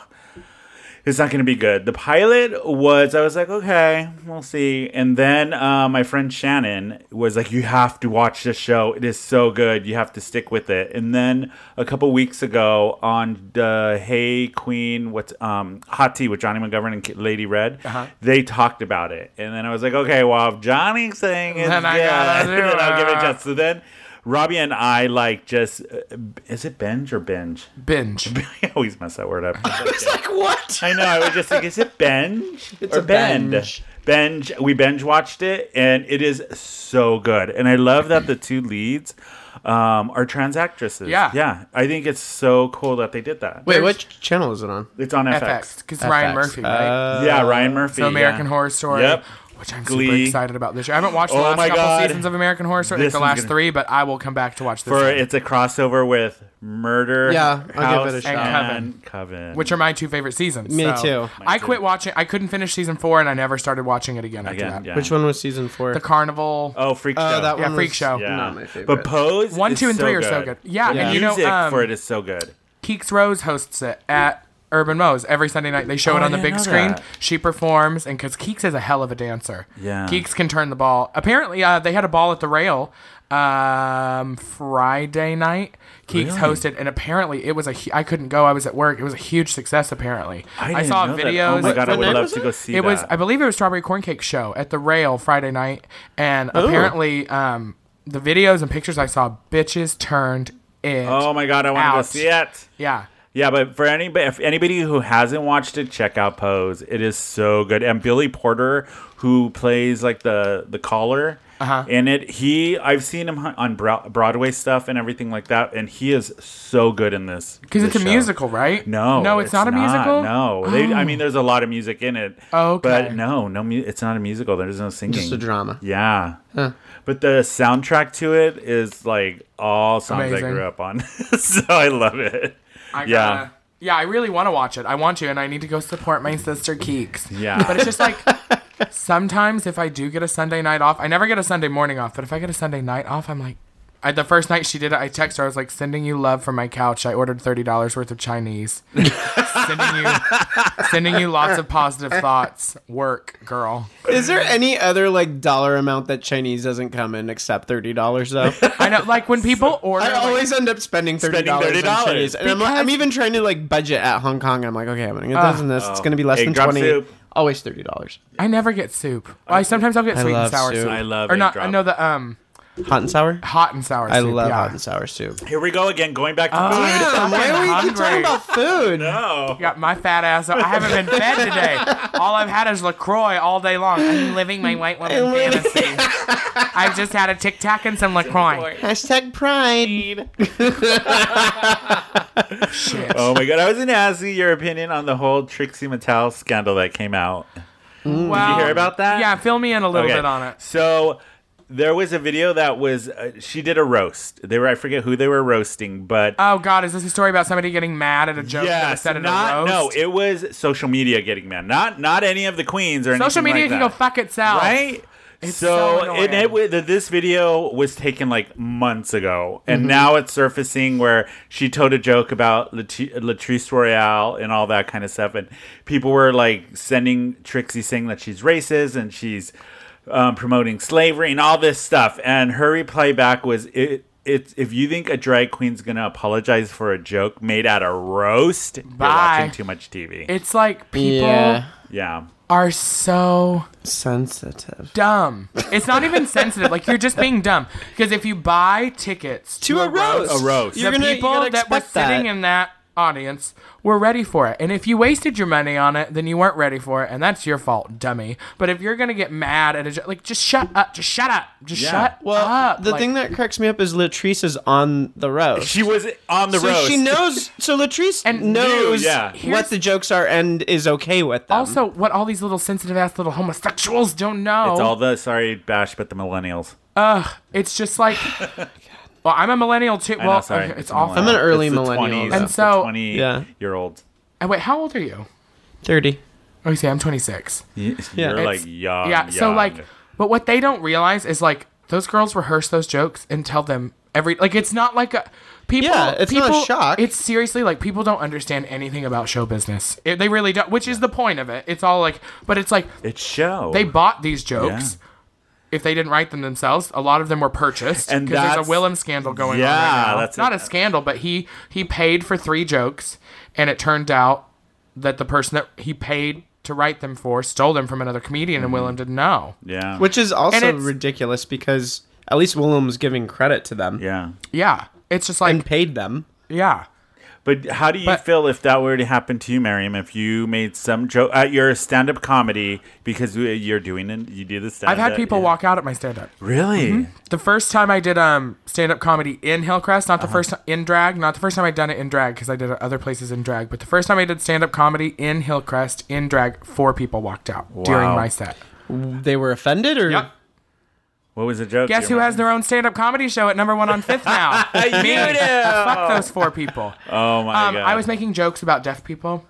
S3: it's not gonna be good. The pilot was. I was like, okay, we'll see. And then uh, my friend Shannon was like, you have to watch this show. It is so good. You have to stick with it. And then a couple weeks ago on the Hey Queen, what's um Hot Tea with Johnny McGovern and Ki- Lady Red,
S5: Uh-huh.
S3: they talked about it. And then I was like, okay, well if Johnny's saying it's
S5: Then I
S3: good,
S5: gotta do
S3: then I'll give it a
S5: it.
S3: chance. So then. Robbie and I like just uh, is it binge or binge?
S5: Binge.
S3: I always mess that word up.
S7: Like what?
S3: I know. I was just like, is it binge
S4: It's
S3: or
S4: a
S3: bend?
S4: binge.
S3: Binge. We binge watched it, and it is so good. And I love that the two leads um, are trans actresses.
S5: Yeah.
S3: yeah. I think it's so cool that they did that.
S4: Wait, what ch- channel is it on?
S3: It's on FX.
S5: FX. Because Ryan
S4: FX.
S5: Murphy, right?
S4: Uh,
S3: yeah, Ryan Murphy.
S5: so American
S3: yeah.
S5: Horror Story.
S3: Yep.
S5: Which I'm super
S3: Glee.
S5: excited about this year. I haven't watched the
S3: Oh
S5: last
S3: my
S5: couple
S3: God.
S5: seasons of American Horror Story, like
S3: This
S5: the
S3: is
S5: last
S3: gonna-
S5: three, but I will come back to watch this
S3: For
S5: one,
S3: it's a crossover with Murder.
S4: Yeah, I'll give
S3: House
S4: it a shot.
S3: and Coven.
S5: which are my two favorite seasons.
S4: Me
S5: so.
S4: too.
S5: I quit watching. I couldn't finish season four, and I never started watching it again after
S3: again?
S5: that.
S3: Yeah.
S4: Which one was season four?
S5: The Carnival.
S3: Oh, freak show.
S4: Oh, that
S5: Yeah,
S4: one
S5: Freak
S4: was
S5: Show.
S3: Yeah.
S4: Not my favorite.
S3: But Pose
S5: One,
S3: is
S5: two, and
S3: so
S5: three are so good. Yeah,
S4: Yeah.
S5: and you know,
S3: Music
S5: um,
S3: for it is so good.
S5: Keeks Rose hosts it at Urban Moe's every Sunday night. They show
S3: Oh,
S5: it
S3: I
S5: on the
S3: didn't
S5: big
S3: know
S5: screen.
S3: that.
S5: She performs, and because Keeks is a hell of a dancer.
S3: Yeah.
S5: Keeks can turn the ball. Apparently, uh, they had a ball at the rail um, Friday night. Keeks
S3: Really?
S5: hosted, and apparently it was a. hu- I couldn't go. I was at work. It was a huge success. Apparently,
S3: I, didn't
S5: saw
S3: know that.
S5: videos.
S3: Oh my god, I
S4: What
S3: would
S4: night
S3: love
S4: was
S3: to
S4: it?
S3: go see
S5: It
S3: that.
S5: was, I believe, it was Strawberry Corncake Show at the Rail Friday night, and apparently, um, the videos and pictures I saw, bitches turned it.
S3: Oh my god, I want to go
S5: Ouch.
S3: see it.
S5: yeah.
S3: Yeah, but for anybody, if anybody who hasn't watched it, check out Pose. It is so good. And Billy Porter, who plays like the the caller
S5: Uh-huh.
S3: in it, he I've seen him on Bro- Broadway stuff and everything like that, and he is so good in this
S5: Because it's a
S3: this show.
S5: musical, right?
S3: No,
S5: no, it's, not a musical.
S3: No, they, I mean, there's a lot of music in it.
S5: Oh, okay.
S3: but no, no, mu- it's not a musical. There's no singing.
S4: Just a drama.
S3: Yeah. But the soundtrack to it is like all songs I
S5: Amazing.
S3: grew up on. so I love it.
S5: I
S3: yeah.
S5: gotta- yeah, I really want to watch it. I want to, and I need to go support my sister Keeks.
S3: Yeah.
S5: but it's just like sometimes if I do get a Sunday night off, I never get a Sunday morning off. But if I get a Sunday night off, I'm like. I, the first night she did it, I texted her. I was like, "Sending you love from my couch." I ordered thirty dollars worth of Chinese. sending you, sending you lots of positive thoughts. Work, girl.
S4: Is there any other like dollar amount that Chinese doesn't come in except thirty dollars though?
S5: I know, like when people order,
S4: I
S5: like-
S4: always end up spending thirty dollars
S3: $30.
S4: on Chinese, and I'm, like, I'm even trying to like budget at Hong Kong. I'm like, okay, I'm gonna get this and this. It's gonna be less
S3: Hey,
S4: than
S3: grab
S4: twenty.
S3: soup.
S4: Always thirty dollars.
S5: I never get soup. I sometimes I'll get sweet and
S4: love
S5: sour
S4: soup.
S5: soup.
S3: I love
S5: or
S3: it,
S5: not.
S3: drop.
S5: I know the um
S4: Hot and sour.
S5: hot and sour.
S4: I
S5: soup,
S4: love
S5: yeah.
S4: hot and sour soup.
S3: Here we go again, going back to
S5: Oh.
S3: food.
S4: Damn, why are we keep talking
S5: hungry.
S4: about food?
S3: Oh.
S5: Got my fat ass up. I haven't been fed today. All I've had is Lacroix all day long. I'm living my white woman fantasy. I've just had a Tic Tac and some Lacroix.
S4: Hashtag pride.
S3: oh my god, I was gonna ask you your opinion on the whole Trixie Mattel scandal that came out.
S5: Well,
S3: Did you hear about that?
S5: Um, Yeah, fill me in a little
S3: Okay.
S5: bit on it.
S3: So there was a video that was uh, she did a roast. They were I forget who they were roasting, but
S5: Oh God, is this a story about somebody getting mad at a joke that I
S3: yes,
S5: said in a
S3: not
S5: roast?
S3: no, it was social media getting mad. Not not any of the queens or
S5: Social
S3: anything
S5: media
S3: like
S5: can
S3: that.
S5: go fuck itself.
S3: right?
S5: so
S3: so,
S5: annoying.
S3: and it, wa- th- this video was taken like months ago, and now it's surfacing where she told a joke about Lati- Latrice Royale and all that kind of stuff, and people were like sending Trixie saying that she's racist and she's um, promoting slavery and all this stuff, and her reply back was it. It's if you think a drag queen's gonna apologize for a joke made at a roast,
S5: Bye.
S3: you're watching too much TV.
S5: It's like people
S4: Yeah,
S3: yeah,
S5: are so
S4: sensitive.
S5: dumb. It's not even sensitive. Like you're just being dumb. Because if you buy tickets
S4: To a roast.
S3: A roast.
S4: You're
S5: the
S4: gonna,
S5: people
S4: you gotta
S5: that were
S4: expect that.
S5: sitting in that audience were ready for it. And if you wasted your money on it, then you weren't ready for it, and that's your fault, dummy. But if you're gonna get mad at a jo- like, just shut up, just shut up, just
S3: Yeah.
S5: shut
S4: well,
S5: up.
S4: the
S5: Like,
S4: thing that cracks me up is Latrice is on the roast.
S3: she was on the
S4: so
S3: roast.
S4: she knows. So Latrice
S5: And
S4: knows
S3: knew, yeah.
S5: Here's-
S4: what the jokes are and is okay with them.
S5: also what all these little sensitive ass little homosexuals don't know.
S3: It's all the sorry bash, but the millennials.
S5: It's just like Well, I'm a millennial too.
S3: I
S5: Well,
S3: know, sorry.
S5: it's,
S3: a
S5: awful.
S4: I'm an
S3: millennial.
S4: early
S3: It's the
S4: millennial,
S3: 20s,
S4: though.
S5: And
S3: it's the
S5: so-
S3: 20
S4: Yeah.
S3: year old.
S5: And wait, how old are you?
S4: 30.
S5: Oh, you say I'm 26.
S3: You're like
S5: It's-
S3: young.
S5: yeah. So
S3: young.
S5: like, but what they don't realize is like those girls rehearse those jokes and tell them every like it's not like a people.
S4: Yeah, it's not a
S5: people,
S4: shock.
S5: It's seriously like people don't understand anything about show business. It- they really don't, which is the point of it. It's all like, but it's like
S3: it's show.
S5: they bought these jokes. If they didn't write them themselves, a lot of them were purchased.
S3: And
S5: 'cause there's
S3: that's-
S5: a Willem scandal going on.
S3: Yeah,
S5: right now.
S3: that's
S5: not
S3: it.
S5: a scandal, but he he paid for three jokes, and it turned out that the person that he paid to write them for stole them from another comedian,
S3: Mm-hmm.
S5: and Willem didn't know.
S3: yeah.
S4: Which is
S5: And
S4: also
S5: it's-
S4: ridiculous because at least Willem's giving credit to them
S3: yeah.
S5: Yeah, it's just like
S4: and paid them.
S5: yeah.
S3: But how do you
S5: But-
S3: feel if that were to happen to you, Miriam? If you made some joke at your stand-up comedy because you- you're doing it, you do the stand-up.
S5: I've had people
S3: yeah.
S5: walk Mm-hmm. out at my stand up.
S3: Really?
S5: The first time I did um stand up comedy in Hillcrest, not the
S3: Uh-huh.
S5: first ti- in drag, not the first time I'd done it in drag because I did it other places in drag, but the first time I did stand up comedy in Hillcrest in drag, four people walked out during
S3: Wow.
S5: my set.
S4: They were offended or
S5: Yep.
S3: What was the joke?
S5: Guess who has their own stand up comedy show at number one on Fifth now? Me. Fuck those four people.
S3: Oh my
S5: um,
S3: god!
S5: I was making jokes about deaf people.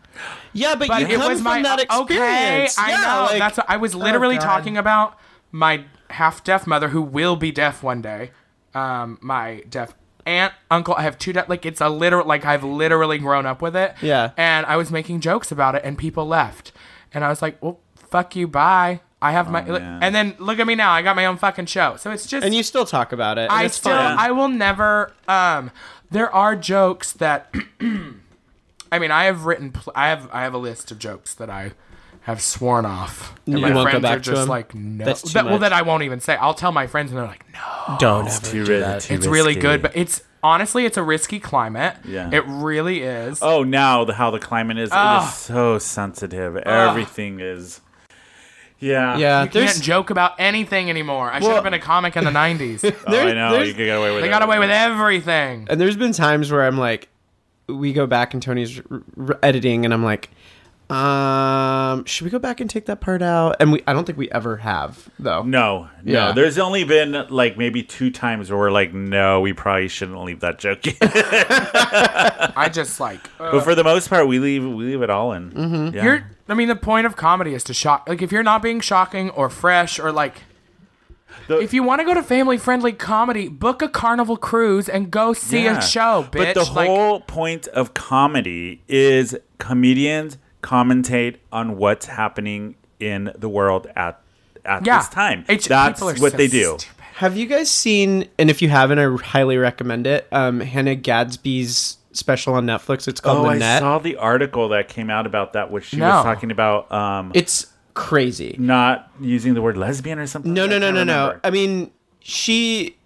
S4: Yeah, but,
S5: but
S4: you
S5: it
S4: come
S5: was
S4: from
S5: my
S4: that experience.
S5: Okay, I
S4: yeah,
S5: know.
S4: like- oh,
S5: That's what I was literally
S4: God.
S5: talking about my half deaf mother who will be deaf one day. Um, my deaf aunt, uncle. I have two deaf. Like it's a literal. Like I've literally grown up with it.
S4: Yeah.
S5: And I was making jokes about it, and people left, and I was like, "Well, fuck you, bye." I have my. like-
S3: man.
S5: and then look at me now. I got my own fucking show. So it's just.
S4: and you still talk about it. and
S5: I
S4: it's
S5: still
S4: fine.
S5: I will never um there are jokes that I mean I have written pl- I have I have a list of jokes that I have sworn off. And
S4: You
S5: my
S4: won't go
S5: friends
S4: back
S5: are
S4: to
S5: just
S4: them?
S5: like no
S4: That's too
S5: that, well
S4: much.
S5: that I won't even say. I'll tell my friends and they're like no.
S4: don't ever
S3: too
S4: do
S3: ri-
S4: that.
S3: too
S5: It's really
S3: risky.
S5: good but it's honestly it's a risky climate.
S3: Yeah.
S5: It really is.
S3: oh, now the how the climate is. It
S5: Ugh.
S3: is so sensitive.
S5: Ah.
S3: Everything is. Yeah.
S4: Yeah,
S5: you can't
S4: there's
S5: joke about anything anymore. I should have been a comic in the 90s.
S3: Oh, I
S4: there-
S3: know.
S4: there's-
S3: You could get away with.
S5: they got away with everything.
S4: and there's been times where I'm like, we go back and Tony's r- r- editing, and I'm like, um, should we go back and take that part out? And we, I don't think we ever have though.
S3: No, no.
S4: Yeah.
S3: There's only been like maybe two times where we're like, no, we probably shouldn't leave that joke. in.
S5: I just like
S3: but for the most part, we leave we leave it all in. Mm-hmm. Yeah.
S5: You're, I mean, the point of comedy is to shock. Like, if you're not being shocking or fresh or like,
S3: The-
S5: if you want to go to family friendly comedy, book a carnival cruise and go see
S3: Yeah.
S5: a show, bitch.
S3: But the
S5: like,
S3: whole point of comedy is comedians commentate on what's happening in the world at at
S5: yeah,
S3: this time.
S5: It's-
S3: That's
S5: people are
S3: what
S5: so
S3: they do.
S5: stupid.
S4: Have you guys seen? And if you haven't, I highly recommend it. Um, Hannah Gadsby's special on Netflix. It's called
S3: Oh,
S4: The
S3: I
S4: Net.
S3: saw the article that came out about that, which she
S5: No.
S3: was talking about um,
S4: It's crazy.
S3: not using the word lesbian or something.
S4: No,
S3: I
S4: no, no,
S3: can't
S4: no, no.
S3: remember.
S4: I mean, she.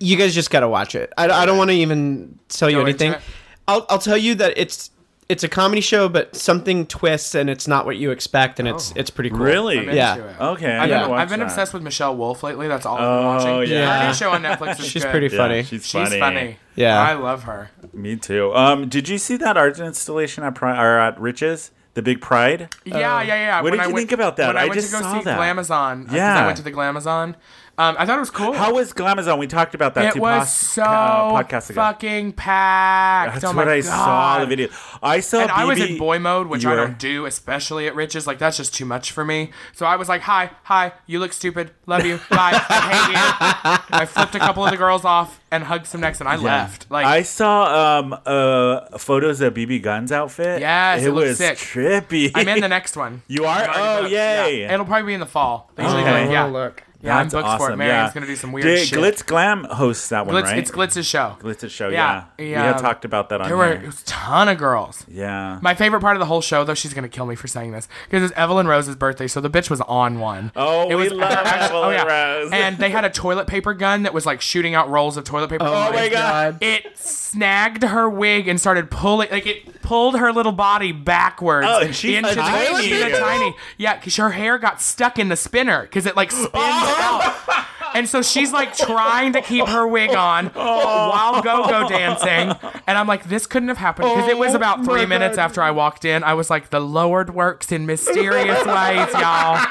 S4: You guys just gotta watch it. I, I don't want to even tell you
S5: Go into
S4: anything.
S5: it.
S4: I'll I'll tell you that it's it's a comedy show, but something twists and it's not what you expect, and it's it's pretty cool.
S3: Really?
S5: Oh. I'm into
S4: Yeah.
S5: it.
S3: Okay, I
S5: I've
S3: gotta
S5: been,
S3: watch
S5: I've been
S3: that.
S5: obsessed with Michelle Wolf lately. That's all
S3: Oh,
S5: I've been watching.
S3: yeah.
S5: Her new show on Netflix is
S4: She's
S5: good.
S4: pretty
S3: Yeah,
S4: funny.
S3: She's,
S5: She's funny.
S4: Yeah.
S5: I love her.
S3: Me too. Um, did you see that art installation at Pri- or at Riches? The big pride.
S5: Yeah, yeah, yeah.
S3: Oh. what
S5: When
S3: did
S5: I
S3: you
S5: went-
S3: think about that?
S5: When
S3: I
S5: I, went
S3: just
S5: to go
S3: saw
S5: see
S3: that.
S5: Glamazon. uh, 'cause
S3: Yeah.
S5: I went to the Glamazon. Um, I thought it was cool.
S3: How was Glamazon? We talked about that
S5: It
S3: two
S5: was
S3: pos-
S5: so
S3: uh, podcasts ago.
S5: fucking packed.
S3: That's
S5: oh my
S3: what I
S5: God.
S3: saw the video. I saw.
S5: And I was
S3: BB
S5: in boy mode, which
S3: you
S5: I
S3: were-
S5: don't do, especially at Rich's. Like that's just too much for me. So I was like, "Hi, hi, you look stupid. Love you. Bye. I hate you." I flipped a couple of the girls off and hugged some necks, and I left. Like
S3: I saw um uh photos of BB Gunn's outfit.
S5: Yes,
S3: it,
S5: it looked
S3: was
S5: sick.
S3: trippy.
S5: I'm in the next one.
S3: You are?
S5: I'm
S3: Oh,
S5: already booked. Yeah.
S3: yay.
S5: It'll probably be in the fall. They usually do
S3: Okay.
S5: it. Yeah.
S4: Oh, look.
S5: Yeah, I'm
S3: That's
S5: booked for it.
S3: awesome,
S5: Marion's
S3: yeah.
S5: gonna do some weird
S3: Did
S5: shit.
S3: Glitz Glam hosts that one,
S5: Glitz-
S3: right?
S5: It's Glitz's show.
S3: Glitz's show. Yeah,
S5: Yeah,
S3: we
S5: yeah.
S3: had talked about that on
S5: There were
S3: here.
S5: it was a ton of girls.
S3: Yeah.
S5: My favorite part of the whole show, though, she's gonna kill me for saying this, because it's Evelyn Rose's birthday, so the bitch was on one.
S3: Oh, we love Evelyn Rose. Oh
S5: And they had a toilet paper gun that was like shooting out rolls of toilet paper.
S4: Oh my God.
S5: It snagged her wig and started pulling, like it pulled her little body backwards.
S3: Oh, and she's
S5: into
S3: a
S5: the,
S3: tiny
S5: into the
S3: girl.
S5: tiny. Yeah, because her hair got stuck in the spinner because it like spins
S3: Oh.
S5: out. And so she's like trying to keep her wig on
S3: Oh.
S5: while go go dancing. And I'm like, this couldn't have happened because it
S3: Oh
S5: was about three minutes after I walked in. I was like, the Lord works in mysterious ways, y'all.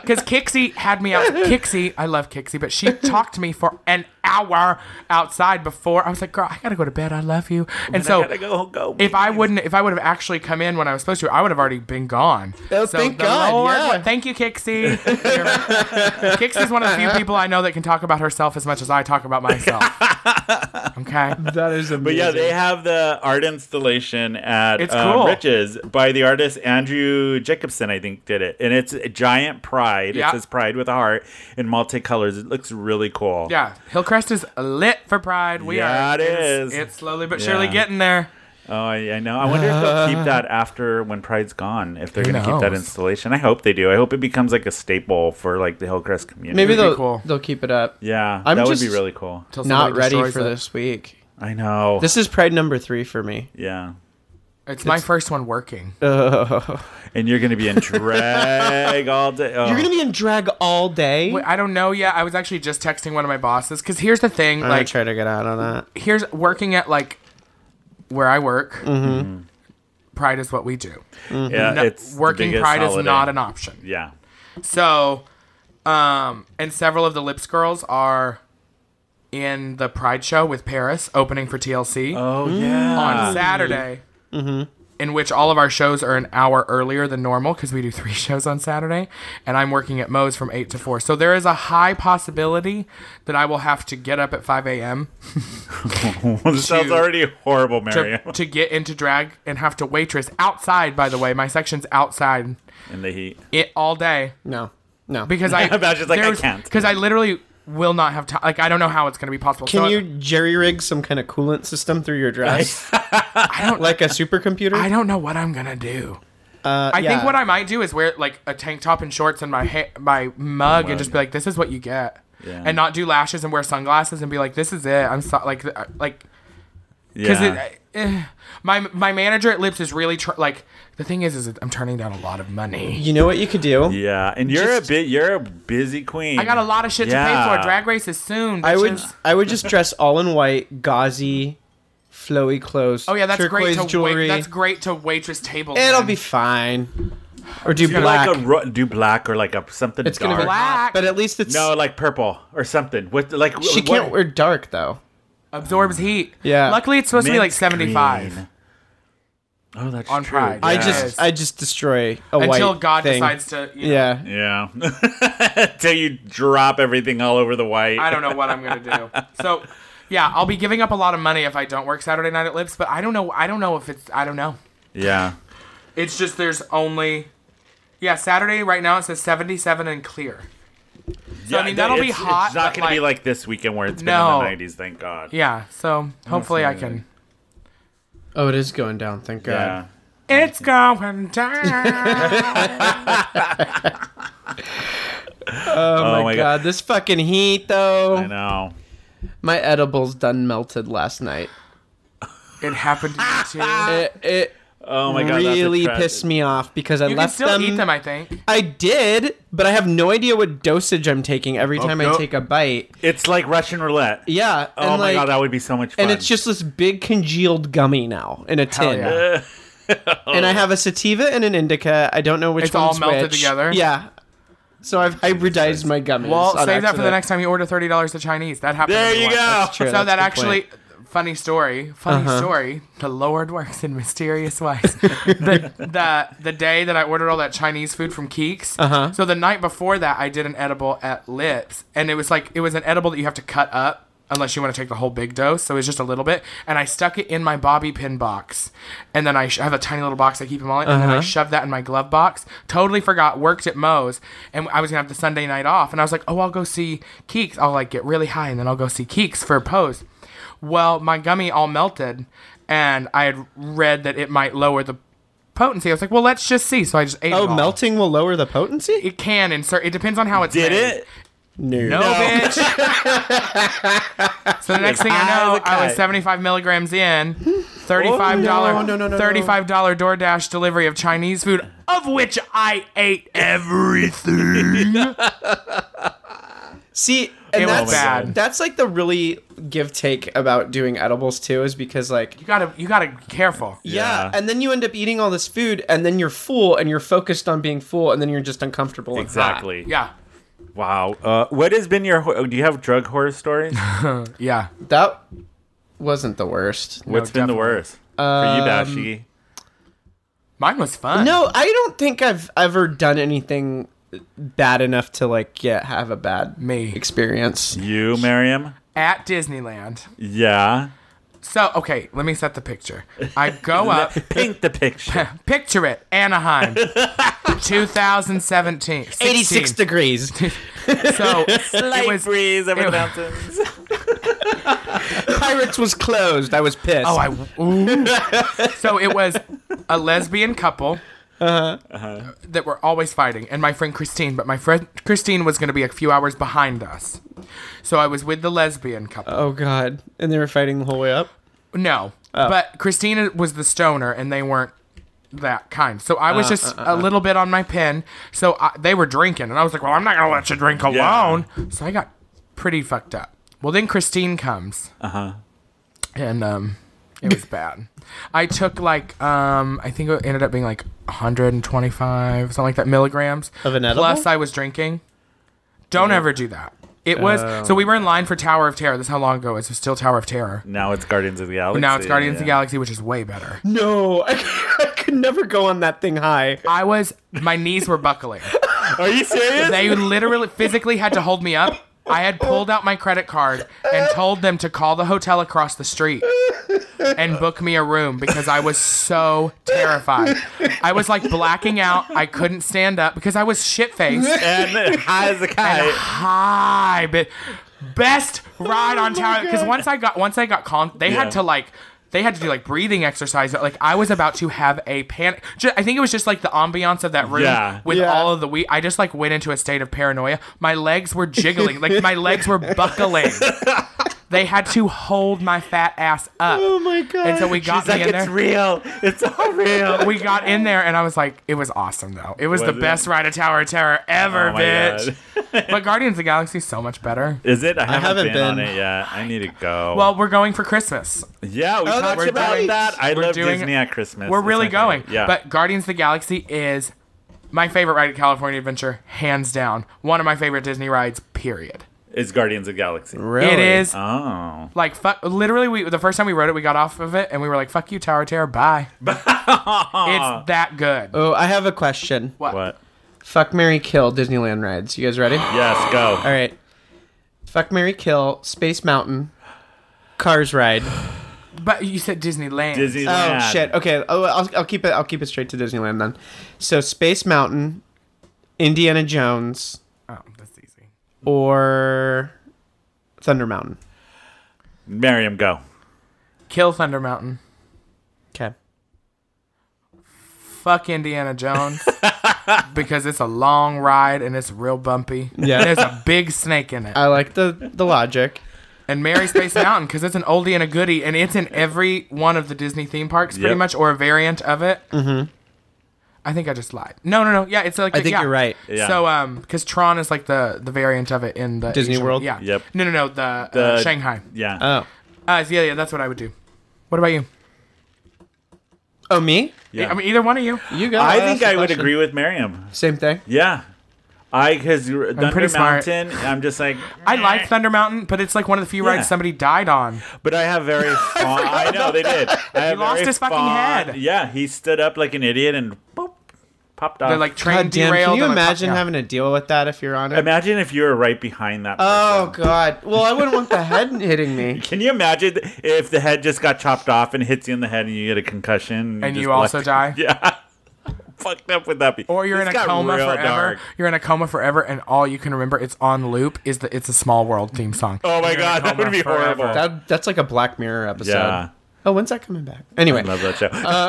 S5: Because Kixie had me out. Kixie, I love Kixie, but she talked to me for an hour outside before. I was like, girl, I gotta go to bed. I love you. And so
S3: I gotta go, go.
S5: if I wouldn't, if I would have actually come in when I was supposed to, I would have already been gone.
S4: Oh, thank God, yeah.
S5: wa- thank you, Kixie. Kixie's one of the few people I know that can talk about herself as much as I talk about myself. Okay.
S4: That is amazing.
S3: But yeah, they have the art installation at
S5: It's
S3: um,
S5: cool.
S3: Riches by the artist Andrew Jacobson, I think, did it. And it's a giant pride.
S5: Yeah.
S3: It says pride with a heart in multicolors. It looks really cool.
S5: Yeah, Hillcrest is lit for Pride. We
S3: Yeah, it
S5: are. It's-
S3: is.
S5: It's slowly but surely
S3: Yeah.
S5: getting there.
S3: Oh, I, I know. I wonder if they'll keep that after when Pride's gone, if they're
S5: Who
S3: going to keep that
S5: knows?
S3: installation. I hope they do. I hope it becomes like a staple for like the Hillcrest community.
S4: Maybe
S5: It'd be
S4: they'll
S5: cool.
S4: they'll keep it up.
S3: Yeah,
S4: I'm
S3: that would
S4: just-
S3: be really cool.
S5: Till
S4: Not
S5: somebody
S4: ready
S5: destroys
S4: for
S5: it.
S4: this week.
S3: I know.
S4: This is Pride number three for me.
S3: yeah.
S5: It's, my first one working.
S3: And you're going to be in drag all day. Oh.
S4: You're gonna be in drag all day.
S5: Wait, I don't know yet. I was actually just texting one of my bosses because here's the thing.
S4: I'm
S5: like,
S4: gonna try to get out on that.
S5: here's working at like where I work. Pride is what we do.
S3: Oh, yeah,
S5: No-
S3: Uh, it's the
S5: working
S3: biggest
S5: Pride
S3: holiday.
S5: is not an option.
S3: Yeah.
S5: So, um, and several of the Lips girls are in the Pride show with Paris opening for TLC.
S3: Oh, yeah.
S5: on Saturday,
S3: Mm-hmm.
S5: in which all of our shows are an hour earlier than normal because we do three shows on Saturday, and I'm working at Moe's from eight to four. So there is a high possibility that I will have to get up at five a.m.
S3: this sounds already horrible, Mario.
S5: to, to get into drag and have to waitress outside. By the way, my section's outside
S3: In the heat.
S5: it all day
S4: No, no.
S5: because I
S3: Badger's like, I can't.
S5: because I literally will not have time. Like I don't know how it's going to be possible.
S4: Can
S5: So
S4: you jerry rig some kind of coolant system through your dress?
S5: I don't
S4: like a supercomputer?
S5: I don't know what I'm gonna do. I
S4: Uh, yeah.
S5: think what I might do is wear like a tank top and shorts and my ha- my mug and just be like, "This is what you get,"
S3: Yeah.
S5: and not do lashes and wear sunglasses and be like, "This is it." I'm so like th- uh, like because
S3: Yeah.
S5: eh." my my manager at Lips is really tr- like the thing is is I'm turning down a lot of money.
S4: You know what you could do?
S3: yeah. And you're
S4: Just-
S3: a bit you're a busy queen.
S5: I got a lot of shit to pay
S3: Yeah.
S5: for. Drag race is soon.
S4: I would
S5: bitches.
S4: I would just dress all in white, gauzy, flowy clothes.
S5: Oh yeah, that's great
S4: turquoise
S5: to
S4: jewelry.
S5: wait, that's great to waitress tables.
S4: It'll
S5: in.
S4: be fine. Or do
S3: Do
S4: black,
S3: Like a ro- do black or like a something
S4: It's gonna
S3: dark.
S4: be
S5: black.
S4: but at least it's
S3: No, like purple or something. With like
S4: she
S3: what-
S4: can't wear dark though.
S5: absorbs heat.
S4: Yeah.
S5: Luckily, it's supposed to be
S3: mint
S5: like 75.
S3: green. Oh, that's
S5: On
S3: true.
S5: Pride.
S3: Yeah.
S4: I
S5: Yes.
S4: just I just destroy a white
S5: Until God
S4: thing.
S5: decides to. You know,
S4: Yeah.
S3: yeah. Till you drop everything all over the white.
S5: I don't know what I'm gonna do. So, yeah, I'll be giving up a lot of money if I don't work Saturday night at Lips. But I don't know. I don't know if it's. I don't know.
S3: Yeah.
S5: It's just there's only. Yeah, Saturday right now it says 77 and clear.
S3: yeah.
S5: I mean, that'll be
S3: it's-
S5: hot,
S3: It's not
S5: but,
S3: gonna be
S5: like-
S3: like this weekend where it's been
S5: No.
S3: in the 90s. Thank God.
S5: Yeah, so hopefully I can.
S4: Oh, it is going down. Thank God.
S3: Yeah.
S5: It's going down.
S4: Oh, my,
S3: my
S4: God.
S3: God.
S4: this fucking heat though.
S3: I know.
S4: My edibles done melted last night.
S5: it happened to you too.
S4: It, it
S3: Oh my God.
S4: really
S3: that's a
S4: pissed me off because I
S5: You can
S4: left
S5: still
S4: them.
S5: eat them, I think.
S4: I did, but I have no idea what dosage I'm taking every time I
S3: Oh, no.
S4: take a bite.
S3: It's like Russian roulette.
S4: Yeah.
S3: Oh my god, that would be so much fun.
S4: and it's just this big congealed gummy now in a
S5: Hell
S4: tin.
S5: yeah.
S4: And I have a sativa and an indica. I don't know which
S5: It's all
S4: one's
S5: melted
S4: which.
S5: together?
S4: Yeah. So I've hybridized my gummies.
S5: Well,
S4: on
S5: save that for the
S4: accident.
S5: next time you order thirty dollars to Chinese. That happened. to
S3: There
S5: me
S3: you
S5: once.
S3: go.
S4: True,
S5: so
S4: that's
S5: that
S4: a good
S5: actually
S4: point. Uh-huh.
S5: funny story funny story the lord works in mysterious ways the, the the day that i ordered all that chinese food from keeks uh-huh. so the night before that i did an edible at lips and it was like it was an edible that you have to cut up unless you want to take the whole big dose so it was just a little bit and i stuck it in my bobby pin box and then i, sh- I have a tiny little box i keep them all in and then i shoved that in my glove box totally forgot worked at moe's and i was gonna have the sunday night off and i was like oh i'll go see keeks i'll like get really high and then i'll go see keeks for a pose well, my gummy all melted, and I had read that it might lower the potency. I was like, well, let's just see. So I just ate it.
S4: Oh,
S5: all.
S4: melting will lower the potency?
S5: It can insert. It depends on how it's
S3: did
S5: made.
S3: it?
S5: No, bitch. so the next thing I know,
S3: as a
S5: I was
S3: kite.
S5: 75 milligrams in. Thirty-five dollar,
S4: Oh, no, no, no, no.
S5: thirty-five dollar DoorDash delivery of Chinese food, of which I ate everything.
S4: See, and
S5: It
S4: that's
S5: was bad.
S4: that's like the really give take about doing edibles too, is because like
S5: You gotta you gotta be careful.
S4: yeah,
S3: Yeah.
S4: and then you end up eating all this food, and then you're full, and you're focused on being full, and then you're just uncomfortable. and hot.
S3: Exactly.
S5: Yeah.
S3: Wow. Uh, what has been your? Ho- do you have drug horror stories?
S5: Yeah.
S4: That wasn't the worst.
S3: What's been the
S5: definitely. Um,
S3: worst for you, Bashi?
S5: Mine was fun.
S4: No, I don't think I've ever done anything bad enough to like get have a bad
S5: Me.
S4: experience.
S3: You, Miriam?
S5: At Disneyland.
S3: Yeah.
S5: So okay, let me set the picture. I go up
S3: Paint the picture.
S5: picture it, Anaheim. 2017. 16.
S4: Eighty six degrees.
S5: So it was
S3: breeze over
S5: it-
S3: mountains.
S4: Pirates was closed. I was pissed.
S5: Oh, I. ooh. so it was a lesbian couple that were always fighting, and my friend Christine. But my friend Christine was going to be a few hours behind us, so I was with the lesbian couple.
S4: oh god. And they were fighting the whole way up.
S5: No, but Christina was the stoner, and they weren't that kind. So I was just a little bit on my pin. So I, they were drinking, and I was like, "Well, I'm not gonna let you drink alone." So I got pretty fucked up. Well, then Christine comes. Uh huh. And um, it was bad. I took like um, I think it ended up being like 125 something like that milligrams
S4: Of an edible?
S5: Plus, I was drinking. Don't ever do that. It was so we were in line for Tower of Terror. This is how long ago it was. It was still Tower of Terror.
S3: Now it's Guardians of the Galaxy.
S5: Now it's Guardians of the
S3: yeah.
S5: Galaxy, which is way better.
S4: No, I, I could never go on that thing high.
S5: I was, my knees were buckling.
S3: Are you serious?
S5: They literally physically had to hold me up. I had pulled out my credit card and told them to call the hotel across the street and book me a room because I was so terrified. I was like blacking out. I couldn't stand up because I was shit faced.
S3: and high as a kite.
S5: Hi, but best
S4: Oh
S5: ride on tower because once I got once I got calm, they
S3: Yeah.
S5: had to like they had to do like breathing exercise. Like I was about to have a panic. Ju- I think it was just like the ambiance of that room
S3: Yeah.
S5: with
S4: Yeah.
S5: all of the we. I just like went into a state of paranoia. My legs were jiggling, like my legs were buckling. They had to hold my fat ass up. Oh
S4: my God.
S5: And so we got
S3: She's
S5: me
S3: like,
S5: in
S3: it's
S5: there.
S3: real. It's all real.
S5: we got in there, and I was like, it was awesome though. It was,
S3: Was
S5: the
S3: it?
S5: best ride of Tower of Terror ever,
S3: Oh my
S5: bitch.
S3: God.
S5: But Guardians of the Galaxy is so much better.
S3: Is it? I haven't,
S4: haven't
S3: been, on
S4: been.
S3: it yet. I need to go.
S5: Well, we're going for Christmas.
S3: yeah, we
S4: that's
S3: talked about
S4: right.
S3: that. I
S5: We're
S3: love
S5: doing-
S3: Disney at Christmas.
S5: We're
S3: It's
S5: really
S3: my favorite.
S5: going.
S3: Yeah.
S5: But Guardians of the Galaxy is my favorite ride at California Adventure, hands down. One of my favorite Disney rides, period.
S3: it's Guardians of the Galaxy.
S4: Really?
S5: It is
S3: Oh.
S5: like fuck. Literally, we the first time we rode it, we got off of it and we were like, "Fuck you, Tower of Terror, bye." it's that good.
S4: Oh, I have a question.
S3: What?
S4: Fuck Mary Kill Disneyland rides. You guys ready? All
S3: Yes, go.
S5: Oh,
S4: right. Fuck Mary Kill Space Mountain Cars ride.
S5: But you said Disneyland.
S3: Disneyland.
S4: Oh shit. Okay. Oh, I'll, I'll keep it. I'll keep it straight to Disneyland then. So Space Mountain, Indiana Jones,
S5: Oh, that's easy.
S4: or Thunder Mountain.
S3: Miriam, go.
S5: Kill Thunder Mountain.
S4: Okay.
S5: Fuck Indiana Jones because it's a long ride and it's real bumpy.
S4: Yeah.
S5: There's a big snake in it.
S4: I like the the logic.
S5: and Mary Space Mountain because it's an oldie and a goodie, and it's in every one of the Disney theme parks, pretty
S3: Yep.
S5: much, or a variant of it. Mm-hmm. I think I just lied. No, no, no. Yeah, it's like
S4: I think
S5: yeah.
S4: you're right.
S3: Yeah.
S5: So, um, because Tron is like the the variant of it in the
S4: Disney
S5: Asian-
S4: World?
S5: Yeah.
S3: Yep.
S5: No, no, no. The, uh,
S3: The-
S5: Shanghai.
S3: Yeah.
S4: Oh.
S5: Uh, so yeah, yeah. That's what I would do. What about you?
S4: Oh me?
S3: yeah.
S5: I mean, either one of you.
S4: You go.
S3: I
S4: I'll ask
S3: think
S4: the
S3: I would
S4: question.
S3: agree with Miriam.
S4: Same thing.
S3: Yeah. I because Thunder
S5: pretty smart.
S3: Mountain, I'm just like,
S5: I like Thunder Mountain, but it's like one of the few
S3: Yeah.
S5: rides somebody died on.
S3: but I have very fond. I, know they did. I have
S5: lost
S3: very
S5: his fucking
S3: fond-
S5: head.
S3: Yeah, he stood up like an idiot and boop, popped off.
S5: They're like train
S4: God damn,
S5: derailed.
S4: Uh, can you
S5: and a-
S4: imagine
S5: yeah.
S4: having to deal with that if you're on it?
S3: imagine if you were right behind that.
S4: oh
S5: Uh,
S3: person.
S4: god. Well, I wouldn't want the head hitting me.
S3: Can you imagine if the head just got chopped off and hits you in the head and you get a concussion
S5: And
S3: just
S5: you also
S3: like-
S5: die?
S3: Yeah. Fucked up would that be?
S5: Or you're
S3: This
S5: in a
S3: got
S5: coma
S3: real
S5: forever.
S3: dark.
S5: You're in a coma forever, and all you can remember it's on loop is the "It's a Small World" theme song.
S3: Oh my
S5: You're in a
S3: god, that
S5: coma
S3: would be
S5: forever.
S3: horrible.
S4: That that's like a Black Mirror episode.
S3: yeah,
S4: Oh, when's that coming back? Anyway,
S3: love that show.
S4: Uh,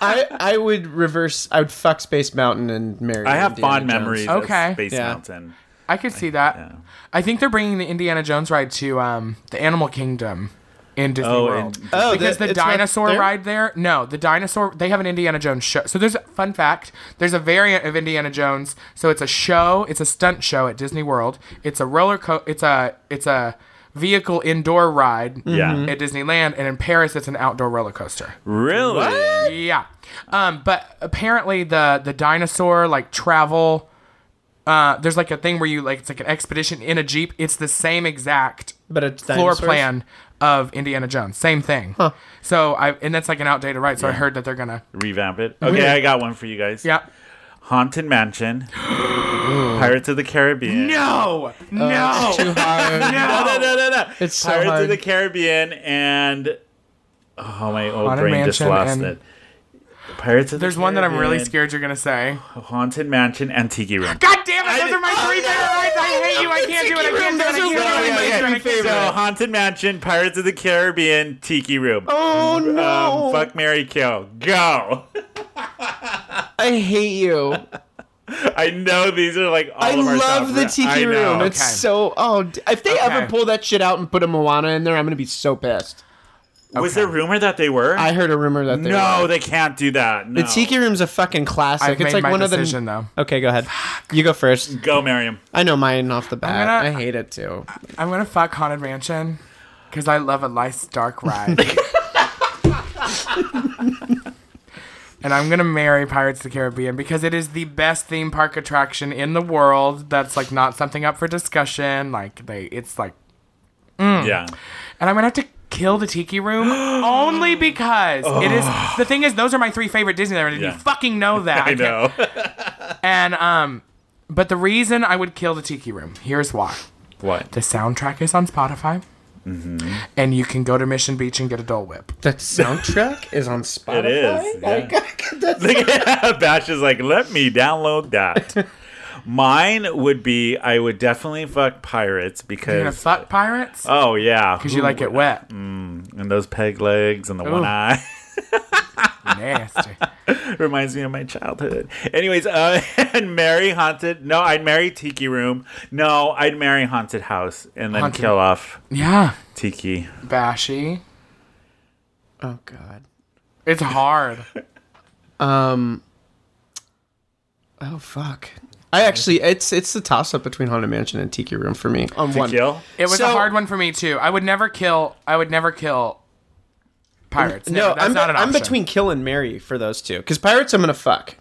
S4: I I would reverse. I would fuck Space Mountain and marry.
S3: I have
S4: Indiana
S3: fond
S4: Jones.
S3: memories
S5: Okay.
S3: of Space
S4: Yeah.
S3: Mountain.
S5: I could see that.
S3: yeah.
S5: I think they're bringing the Indiana Jones ride to um, the Animal Kingdom. in Disney
S3: Oh,
S5: World.
S3: in-
S4: Oh,
S5: because
S4: that-
S5: the
S4: it's not
S5: dinosaur
S4: there?
S5: ride there. No, the dinosaur. They have an Indiana Jones show. So there's a fun fact. There's a variant of Indiana Jones. So it's a show. It's a stunt show at Disney World. It's a roller co. It's a it's a vehicle indoor ride.
S3: Yeah.
S4: Mm-hmm.
S3: Mhm.
S5: At Disneyland and in Paris, it's an outdoor roller coaster.
S3: Really?
S5: Yeah. Um, but apparently the the dinosaur like travel. Uh, there's like a thing where you like it's like an expedition in a jeep. It's the same exact
S4: But it's
S5: floor
S4: dinosaurs?
S5: plan of Indiana Jones. Same thing. So I and that's like an outdated right. So I heard that they're gonna.
S3: Revamp it. Okay, I got one for you guys.
S5: Yeah.
S3: Haunted Mansion, Pirates of the Caribbean. Uh,
S5: No. No.
S4: Too hard.
S3: No, no, no, no, no.
S4: It's so
S3: Pirates of
S4: hard.
S3: the Caribbean and oh my old
S5: Haunted
S3: brain just
S5: Mansion
S3: lost
S5: and-
S3: it. Pirates of the
S5: There's one that I'm really
S3: Caribbean,
S5: scared you're gonna say.
S3: Haunted Mansion and Tiki Room.
S5: God damn it! Those are my three favorite rides. I hate you. I can't do it. I can't do it. I
S4: Those are literally
S5: can't do
S4: my
S5: it. I can't do it. I can't do it.
S4: three
S3: So Haunted Mansion, Pirates of the Caribbean, Tiki Room.
S4: Oh no!
S3: Um, fuck Mary Kill. Go.
S4: I hate you.
S3: I know these are like all
S4: I
S3: of our
S4: love
S3: top ra-
S4: the
S3: I
S4: tiki
S3: know.
S4: room. It's
S5: Okay.
S4: so oh. d- If they
S5: Okay.
S4: ever pull that shit out and put a Moana in there, I'm gonna be so pissed.
S3: Was there rumor that they were?
S4: I heard a rumor that they
S3: no,
S4: were.
S3: they can't do that. No.
S4: the tiki room's a fucking classic.
S5: I've
S4: it's
S5: made
S4: like
S5: my
S4: one
S5: decision
S4: of
S5: though.
S4: the. Okay, go ahead. You go first.
S3: Go, Miriam.
S4: I know mine off the bat.
S5: gonna-
S4: I hate it too.
S5: I'm gonna fuck Haunted Mansion because I love a nice dark ride. and I'm gonna marry Pirates of the Caribbean because it is the best theme park attraction in the world. That's like not something up for discussion. Like they, it's like, Hmm.
S3: Yeah.
S5: and I'm gonna have to kill the Tiki Room only because it is. The thing is, those are my three favorite Disneyland. rides, and
S3: Yeah.
S5: You fucking know that.
S3: I
S5: can't-
S3: know.
S5: And um, but the reason I would kill the Tiki Room, here's why.
S3: what? Mm-hmm.
S5: The soundtrack is on Spotify. And you can go to Mission Beach and get a Dole Whip.
S4: That soundtrack is on Spotify.
S3: It is. yeah.
S4: That's
S3: Bash is like, let me download that. Mine would be I would definitely fuck pirates
S5: You're gonna
S3: because
S5: fuck pirates?
S3: oh yeah,
S5: Because you like it wet.
S3: and those peg legs and the one
S5: Ooh.
S3: eye
S5: Nasty.
S3: reminds me of my childhood. Anyways, uh, and marry haunted. No, I'd marry Tiki Room. No, I'd marry haunted house and then
S5: Haunted-
S3: kill off
S5: Yeah.
S3: Tiki.
S5: Bashy.
S4: Oh god.
S5: It's hard.
S4: Um. Oh fuck. I actually, it's it's the toss up between Haunted Mansion and Tiki Room for me on one.
S3: Kill.
S5: It was a
S4: So-
S5: hard one for me too. I would never kill I would never kill pirates. Never.
S4: No,
S5: That's
S4: I'm,
S5: not an
S4: I'm
S5: option.
S4: between Kill and Mary for those two. Because Pirates, I'm gonna fuck.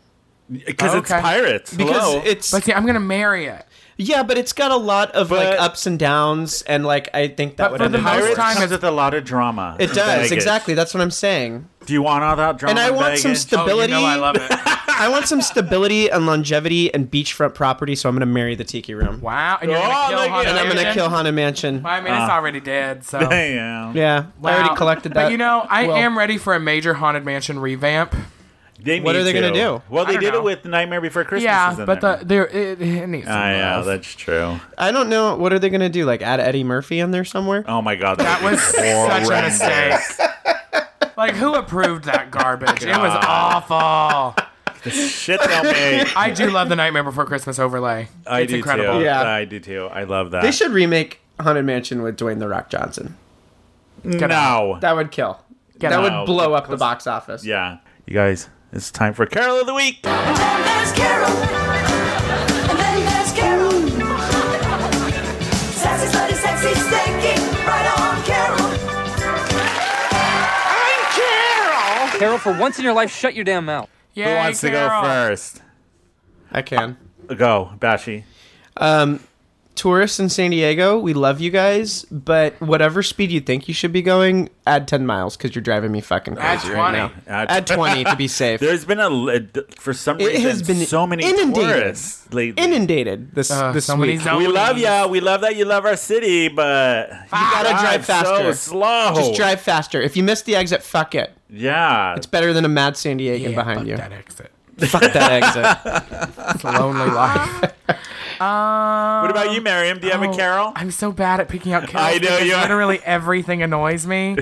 S3: Because it's
S5: Oh, Okay.
S3: pirates.
S4: Because
S3: Hello.
S4: it's
S5: But see, I'm gonna marry it.
S4: yeah, but it's got a lot of
S3: But-
S4: like ups and downs, and like I think that
S5: But
S4: would
S5: for
S4: end
S5: the
S4: up
S5: most
S3: Pirates
S4: worse.
S5: time
S3: comes
S5: it's-
S3: with a lot of drama.
S4: It
S3: and
S4: does
S3: baggage.
S4: exactly. That's what I'm saying.
S3: Do you want all that drama?
S4: And I want some
S3: baggage?
S5: Oh, you
S4: stability.
S5: know I love it.
S4: I want some stability and longevity and beachfront property, so I'm gonna marry the Tiki Room.
S5: Wow. And you're
S3: Oh,
S5: gonna kill
S3: look
S5: Haunted
S3: at-
S4: And I'm gonna
S5: Mansion?
S4: kill Haunted Mansion.
S5: I mean, it's already dead, so
S3: Yeah.
S4: Yeah, I
S5: Wow.
S4: already collected that.
S5: But you know, I
S4: Well-
S5: am ready for a major haunted mansion revamp.
S3: They
S4: What
S3: need
S4: are they
S3: to.
S4: gonna do?
S3: Well,
S5: I
S3: they
S5: don't
S3: did
S5: know.
S3: it with Nightmare Before Christmas. is
S5: Yeah,
S3: in
S5: but
S3: there.
S5: the there it, it needs. Some
S3: Ah, yeah,
S5: love.
S3: that's true.
S4: I don't know what are they gonna do. Like add Eddie Murphy in there somewhere?
S3: Oh my god,
S5: that was such a mistake. like who approved that garbage? It was awful.
S3: shit they'll make.
S5: I do love the Nightmare Before Christmas overlay.
S3: I
S5: it's
S3: do
S5: incredible.
S3: too.
S4: Yeah.
S3: I do too. I love that.
S4: They should remake Haunted Mansion with Dwayne the Rock Johnson.
S5: Get out.
S3: no.
S4: That would kill.
S5: Get
S4: that
S3: out.
S4: would blow up the box office.
S3: Yeah, you guys, it's time for Carol of the Week.
S2: Then there's Carol. And then there's Carol. Sassy, slutty, sexy, stinky. Right on, Carol.
S9: Carol, for once in your life, shut your damn mouth.
S5: Yay,
S3: Who wants to go
S5: Carol.
S3: first?
S4: I can.
S3: Go, Bashy.
S4: Tourists in San Diego, we love you guys, but whatever speed you think you should be going, add 10 miles because you're driving me fucking
S5: Add
S4: crazy right
S5: 20.
S4: now.
S3: Add-
S4: Add, 20 to be safe.
S3: There's been a li- for some
S4: It
S3: reason
S4: has been
S3: so many
S4: inundated.
S3: tourists lately.
S4: Inundated this,
S5: Uh,
S4: this
S5: so many
S4: week.
S5: zones.
S3: we love ya. We love that you love our city, but you
S4: gotta drive
S3: So
S4: faster.
S3: slow.
S4: Just drive faster. If you miss the exit, fuck it.
S3: Yeah.
S4: It's better than a mad San Diegan
S5: Yeah,
S4: behind
S5: fuck
S4: you.
S5: That exit.
S4: Fuck that exit.
S5: It's a lonely life.
S3: what about you, Miriam? Do you have a
S5: Oh,
S3: Carol?
S5: I'm so bad at picking out carols.
S3: I know
S5: because
S3: you are.
S5: Literally everything annoys me.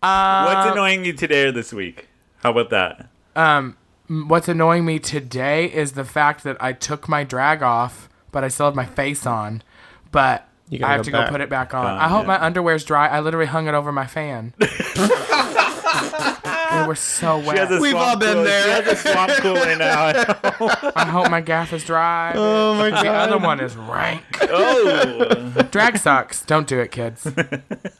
S3: What's annoying you today or this week? How about that?
S5: What's annoying me today is the fact that I took my drag off, but I still have my face on. But
S4: You
S5: I have to
S4: back.
S5: go put it back on. I hope my underwear's dry. I literally hung it over my fan. they were so
S3: She has a
S5: wet.
S4: We've
S3: swamp
S4: all been
S3: cooler.
S4: there.
S3: She has a swamp cooler now.
S5: I hope my gaff is dry.
S4: Oh my
S5: the
S4: god.
S5: other one is rank.
S3: oh,
S5: Drag sucks. Don't do it, kids.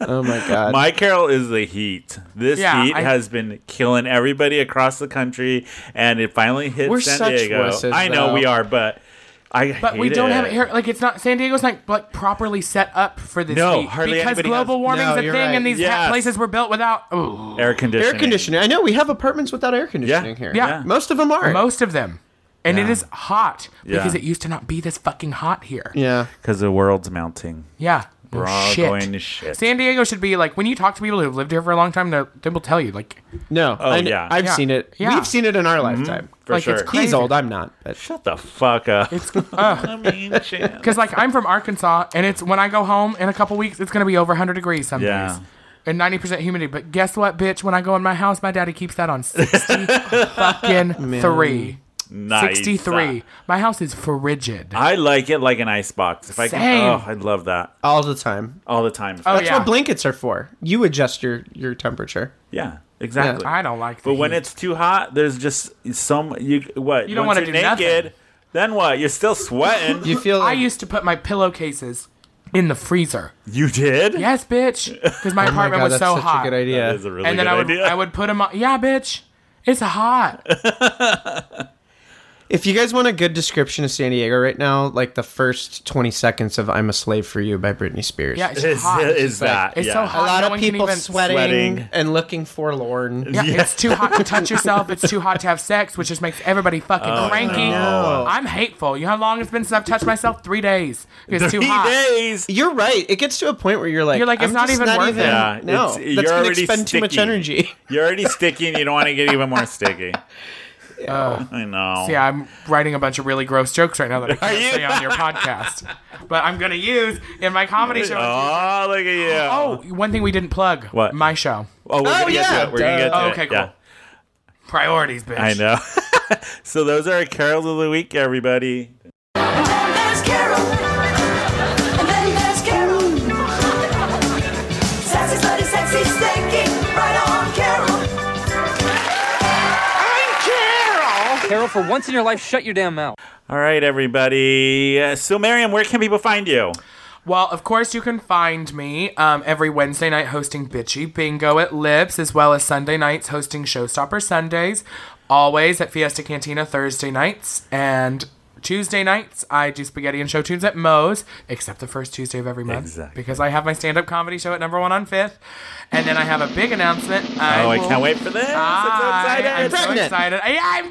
S4: Oh my god.
S3: my Carol is the heat. This
S5: Yeah,
S3: heat
S5: I-
S3: has been killing everybody across the country, and it finally hit
S4: We're
S3: San
S4: such
S3: Diego.
S4: wusses,
S3: I know
S4: though.
S3: we are, but I
S5: But we
S3: hate
S5: don't have it
S3: it
S5: here. Like it's not San Diego's not like properly set up for this
S3: No,
S5: heat
S3: hardly
S5: because
S3: anybody
S5: global
S3: has-
S5: warming's
S4: No,
S5: a thing,
S4: you're right.
S5: and these ha-
S3: Yes.
S5: places were built without. Ooh.
S3: Air conditioning.
S4: air conditioning. I know we have apartments without air conditioning here.
S5: Yeah.
S4: Most of them are.
S5: Most of them. And it is hot because
S3: Yeah.
S5: it used to not be this fucking hot here.
S4: yeah.
S3: Because the world's melting.
S5: Yeah.
S3: We're all
S5: Shit.
S3: going to shit.
S5: San Diego should be like when you talk to people who've lived here for a long time, they're- they will tell you like
S4: No. I,
S3: Oh, yeah. Mm-hmm.
S4: I've
S5: Yeah.
S4: seen it.
S5: Yeah.
S4: We've seen it in our lifetime.
S3: For
S5: like
S3: sure.
S5: it's
S4: He's
S5: crazy.
S4: old. I'm not. But
S3: Shut the fuck up.
S5: It's because
S3: I mean, shit.
S5: uh, like I'm from Arkansas, and it's when I go home in a couple weeks, it's gonna be over 100 degrees some
S3: Yeah.
S5: days. And 90% humidity. But guess what, bitch? When I go in my house, my daddy keeps that on 60 fucking three.
S3: Nice.
S5: 63. My house is frigid.
S3: I like it like an icebox. If I
S5: Same.
S3: can, oh, I love that
S4: all the time.
S3: all the time.
S5: Oh,
S4: That's
S5: yeah.
S4: what blankets are for. You adjust your your temperature.
S3: yeah, exactly.
S5: I don't like the
S3: But when
S5: heat.
S3: it's too hot, there's just some you what
S5: You don't
S3: once
S5: wanna
S3: you're
S5: do nothing.
S3: Then what? You're still sweating.
S4: You feel
S5: I
S4: like
S5: used to put my pillowcases in the freezer.
S3: you did.
S5: Yes, bitch. Because
S4: oh my
S5: my apartment
S4: god,
S5: was
S4: that's
S5: so
S4: such
S5: hot.
S4: a good idea.
S3: That is a really
S5: and then
S3: good
S5: I would
S3: idea.
S5: I would put them on. Yeah, bitch. It's hot.
S4: If you guys want a good description of San Diego right now, like the first 20 seconds of I'm a Slave for You by Britney Spears.
S5: Yeah, it's
S3: Is-
S5: hot.
S3: is
S5: like-
S3: that-
S5: it's
S3: yeah.
S5: so
S3: A
S4: A
S5: hot.
S4: lot
S5: no
S4: of
S5: one can
S4: people
S5: even-
S4: sweating,
S3: Sweating.
S4: and looking forlorn.
S5: Yeah, it's too hot to touch yourself. It's too hot to have sex, which just makes everybody fucking
S3: Oh,
S5: cranky. I'm hateful. You know how long it's been since I've touched myself? Three days. It's too
S3: Three
S5: hot.
S3: days.
S4: You're right. It gets to a point where you're like,
S5: You're like, it's
S4: I'm
S5: not
S4: just
S5: even worth it.
S3: Yeah,
S4: no,
S3: it's-
S4: that's
S3: you're
S4: gonna
S3: already
S4: expend too much
S3: sticky.
S4: energy.
S3: You're already sticky, and you don't want to get even more sticky. I know.
S5: Yeah, I'm writing a bunch of really gross jokes right now that I
S3: Are
S5: can't
S3: you?
S5: say on your podcast, but I'm gonna use in my comedy show.
S3: Oh, look at you.
S5: Oh, one thing we didn't plug.
S3: What?
S5: My show.
S3: Oh, we're
S4: Oh,
S3: gonna get to
S4: yeah,
S3: it. We're gonna get to
S5: duh.
S3: it.
S5: Okay,
S3: Yeah.
S5: cool. Priorities, bitch.
S3: I know. so those are our carols of the week, everybody.
S2: Then there's Carol. And then there's Carol. Sassy, slutty, sexy, stinky. Right on, Carol.
S9: Carol, for once in your life, shut your damn mouth.
S3: All right, everybody. Uh, So, Miriam, where can people find you?
S5: Well, of course, you can find me um, every Wednesday night hosting Bitchy Bingo at Lips, as well as Sunday nights hosting Showstopper Sundays. Always at Fiesta Cantina Thursday nights and Tuesday nights. I do spaghetti and show tunes at Moe's, except the first Tuesday of every month
S3: Exactly.
S5: because I have my stand-up comedy show at Number One on Fifth, and then I have a big announcement. Oh,
S3: Oh, I can't wait for this.
S5: I,
S3: I'm so excited.
S5: am so
S4: Pregnant.
S5: excited. Yeah, I'm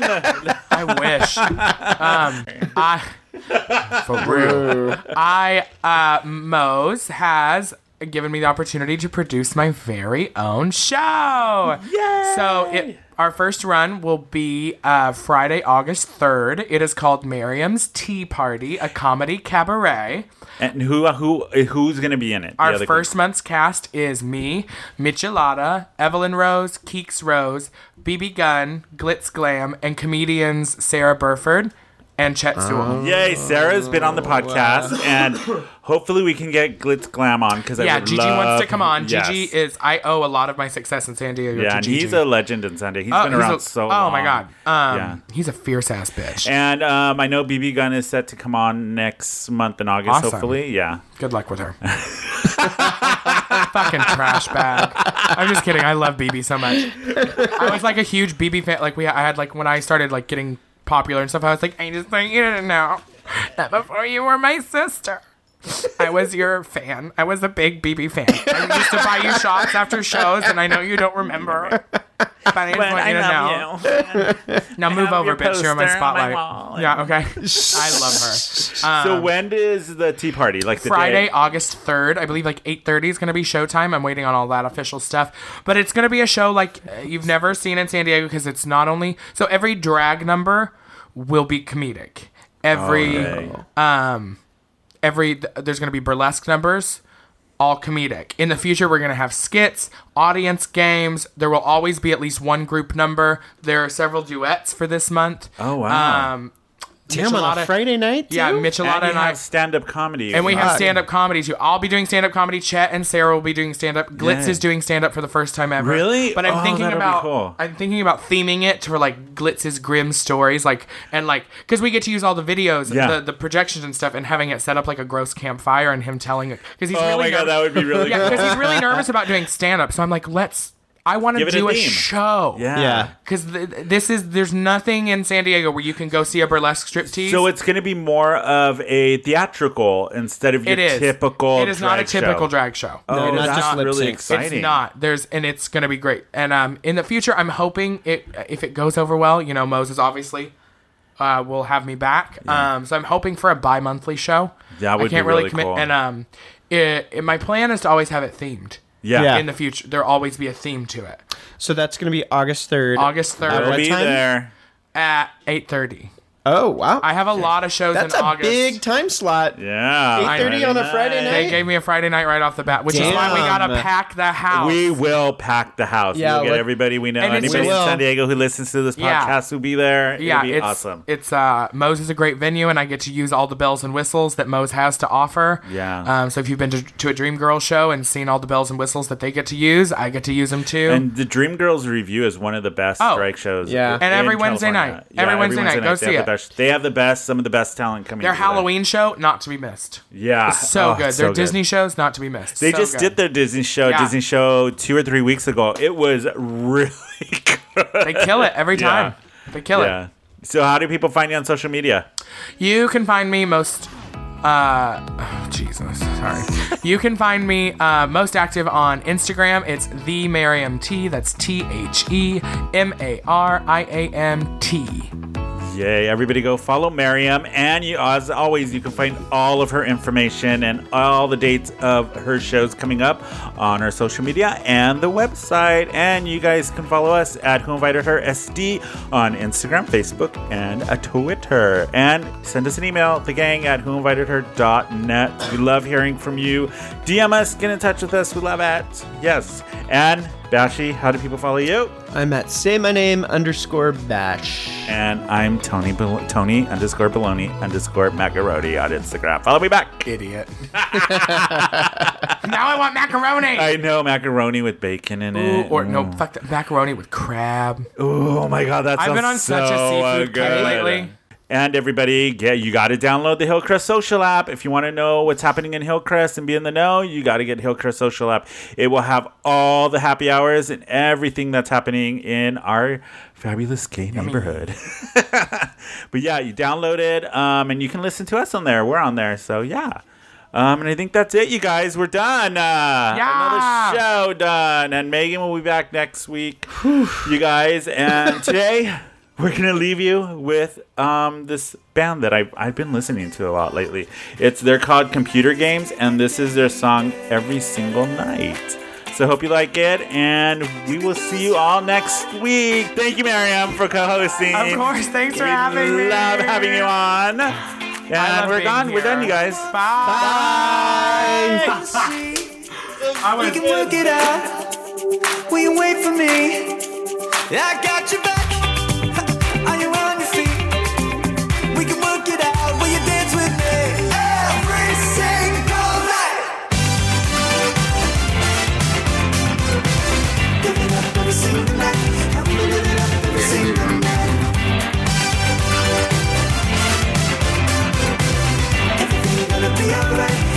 S5: pregnant.
S3: Oh, again.
S5: I wish. Um, I for real. I uh, Mose has given me the opportunity to produce my very own show. Yay! So it. Our first run will be uh, Friday, August 3rd. It is called Miriam's Tea Party, a comedy cabaret.
S3: and who who who's gonna be in it? The
S5: Our
S3: other
S5: first month's cast is me, Michelada, Evelyn Rose, Keeks Rose, BB Gunn, Glitz Glam, and comedians Sarah Burford and
S3: Oh,
S5: Chet Sewell.
S3: group. Yay, Sarah's been on the podcast, and hopefully we can get Glitz Glam on because I
S5: Yeah,
S3: would
S5: Gigi
S3: love,
S5: wants to come on.
S3: Yes.
S5: Gigi is I owe a lot of my success in San Diego
S3: yeah,
S5: to
S3: and
S5: Gigi.
S3: he's a legend in Sunday. He's
S5: Oh,
S3: been
S5: he's
S3: around
S5: a-
S3: so.
S5: Oh
S3: long.
S5: my god. Um
S3: Yeah.
S5: he's a fierce ass bitch.
S3: And um, I know BB Gun is set to come on next month in August,
S5: Awesome.
S3: hopefully. Yeah.
S5: Good luck with her. Fucking trash bag. I'm just kidding. I love BB so much. I was like a huge BB fan. Like we, I had like when I started like getting popular and stuff. I was like, I just want you to know that before you were my sister. I was your fan. I was a big BB fan. I used to buy you shots after shows, and I know you don't remember. But I just want you to know. Now move
S3: have
S5: over,
S3: your
S5: bitch. You're in my
S3: poster on my
S5: spotlight.
S3: wall.
S5: yeah, okay. I love her.
S3: So when is the tea party? Like the
S5: Um, Friday,
S3: Day?
S5: August third. I believe like eight thirty is gonna be showtime. I'm waiting on all that official stuff, but it's gonna be a show like uh, you've never seen in San Diego because it's not only so every drag number will be comedic. Every
S3: Oh, Okay.
S5: um, every th- there's gonna be burlesque numbers, all comedic. In the future, we're gonna have skits, audience games. There will always be at least one group number. There are several duets for this month.
S3: Oh, wow.
S5: Um,
S4: Damn, on a
S5: Michelada-
S4: Friday night?
S5: Yeah,
S4: too?
S5: Michelada and I
S3: stand up comedy.
S5: And we have
S4: Right.
S5: stand up comedy too. I'll be doing stand up comedy. Chet and Sarah will be doing stand up. Glitz
S3: Yeah.
S5: is doing stand up for the first time ever.
S3: Really?
S5: But I'm
S3: Oh,
S5: thinking
S3: that'll be
S5: about
S3: cool.
S5: I'm thinking about theming it to like Glitz's grim stories, like and like because we get to use all the videos and
S3: Yeah.
S5: the, the projections and stuff, and having it set up like a gross campfire and him telling it because he's
S3: Oh
S5: really
S3: my god,
S5: nervous.
S3: that would be really
S5: yeah,
S3: cool.
S5: because he's really nervous about doing stand up. So I'm like, let's. I want to
S3: Give it a
S5: do a,
S3: theme.
S5: show.
S4: Yeah.
S5: Because th- this is there's nothing in San Diego where you can go see a burlesque striptease.
S3: So it's going to be more of a theatrical instead of your
S5: it is
S3: typical.
S5: It is not a
S3: drag show.
S5: typical drag show.
S3: Oh,
S4: not
S3: that's
S4: just lip
S3: really
S4: sync. It's
S3: exciting.
S5: It's not. There's and it's gonna be great. And um, in the future, I'm hoping it if it goes over well, you know, Moses obviously uh, will have me back. Um, so I'm hoping for a bi-monthly show.
S3: That would
S5: I can't
S3: be really cool.
S5: And um, it, it- my plan is to always have it themed.
S3: Yeah.
S4: Yeah.
S5: In the future, there'll always be a theme to it.
S4: So that's going to be August 3rd.
S5: August
S4: At
S3: We'll
S4: what
S5: third
S3: be
S4: time?
S3: there.
S5: at eight thirty.
S4: Oh, wow.
S5: I have a lot of shows
S4: that's
S5: in
S4: a
S5: August.
S4: big time slot.
S3: Yeah.
S4: 8:30 on a Friday
S5: they
S4: night?
S5: gave me a Friday night right off the bat, which is why we gotta
S4: Damn.
S5: pack the house.
S3: We will pack the house.
S4: Yeah,
S3: we'll get
S4: let-
S3: everybody we know.
S5: And it's-
S3: Anybody
S4: We
S3: in
S4: will.
S3: San Diego who listens to this podcast
S5: Yeah.
S3: will be there.
S5: yeah,
S3: It'll be
S5: it's
S3: awesome.
S5: It's uh, Moe's is a great venue, and I get to use all the bells and whistles that Moe's has to offer.
S3: Yeah.
S5: Um, so if you've been to, to a Dream Girl show and seen all the bells and whistles that they get to use, I get to use them too.
S3: and the Dream Girls review is one of the best
S5: Oh.
S3: strike shows.
S4: Yeah.
S3: in
S5: And every Wednesday
S3: California.
S5: night. Every Wednesday night. Go
S3: they have
S5: see
S3: The
S5: it.
S3: best, they have the best, some of the best talent coming.
S5: Their
S3: through there.
S5: Halloween show, not to be missed.
S3: yeah,
S5: It's so
S3: Oh,
S5: good.
S3: it's
S5: Their
S3: so
S5: Disney shows, not to be missed.
S3: They
S5: So
S3: just
S5: good.
S3: did their Disney show,
S5: Yeah.
S3: Disney show two or three weeks ago. It was really good.
S5: They kill it every
S3: Yeah.
S5: time. They kill
S3: yeah. So how do people find you on social media?
S5: it. You can find me most. Uh, oh, Jesus, sorry. you can find me uh, most active on Instagram. It's the Mariam T. That's T H E M A R I A M T.
S3: Yay! Everybody go follow Miriam, and you, as always, you can find all of her information and all the dates of her shows coming up on her social media and the website. And you guys can follow us at Who Invited Her SD on Instagram, Facebook, and a Twitter. And send us an email, the gang at whoinvitedher.net. We love hearing from you. DM us, get in touch with us. We love it. Yes. And Bashi, how do people follow you?
S4: I'm at say my name underscore bash.
S3: And I'm Tony Bel- Tony underscore Baloney underscore Macaroni on Instagram. Follow me back.
S5: Idiot. now I want macaroni.
S3: I know macaroni with bacon in
S5: Ooh,
S3: it.
S5: or no, fuck that macaroni with crab.
S3: Oh my god, that
S5: I've
S3: sounds
S5: been on
S3: so
S5: such a seafood
S3: uh,
S5: kick
S3: good.
S5: lately.
S3: And everybody, get you got to download the Hillcrest Social app if you want to know what's happening in Hillcrest and be in the know. You got to get Hillcrest Social app. It will have all the happy hours and everything that's happening in our fabulous gay neighborhood. but yeah, you download it, um, and you can listen to us on there. We're on there, so yeah. Um, and I think that's it, you guys. We're done. Uh,
S5: Yeah.
S3: Another show done. And Megan will be back next week, you guys. And today we're gonna leave you with um, this band that I've I've been listening to a lot lately. It's they're called Computer Games, and this is their song every single night. So hope you like it, and we will see you all next week. Thank you, Miriam, for co-hosting.
S5: Of course, thanks for
S3: We
S5: having me.
S3: Love having you on.
S5: love
S3: And we're
S5: being
S3: gone. We're
S5: here.
S3: done, you guys.
S5: Bye. I was-
S10: We can work it out. Will you wait for me? I got your back. Are you on your feet? We can work it out. Will you dance with me? Every single night. Living up every single night. I'm living up every single night. Everything gonna be alright.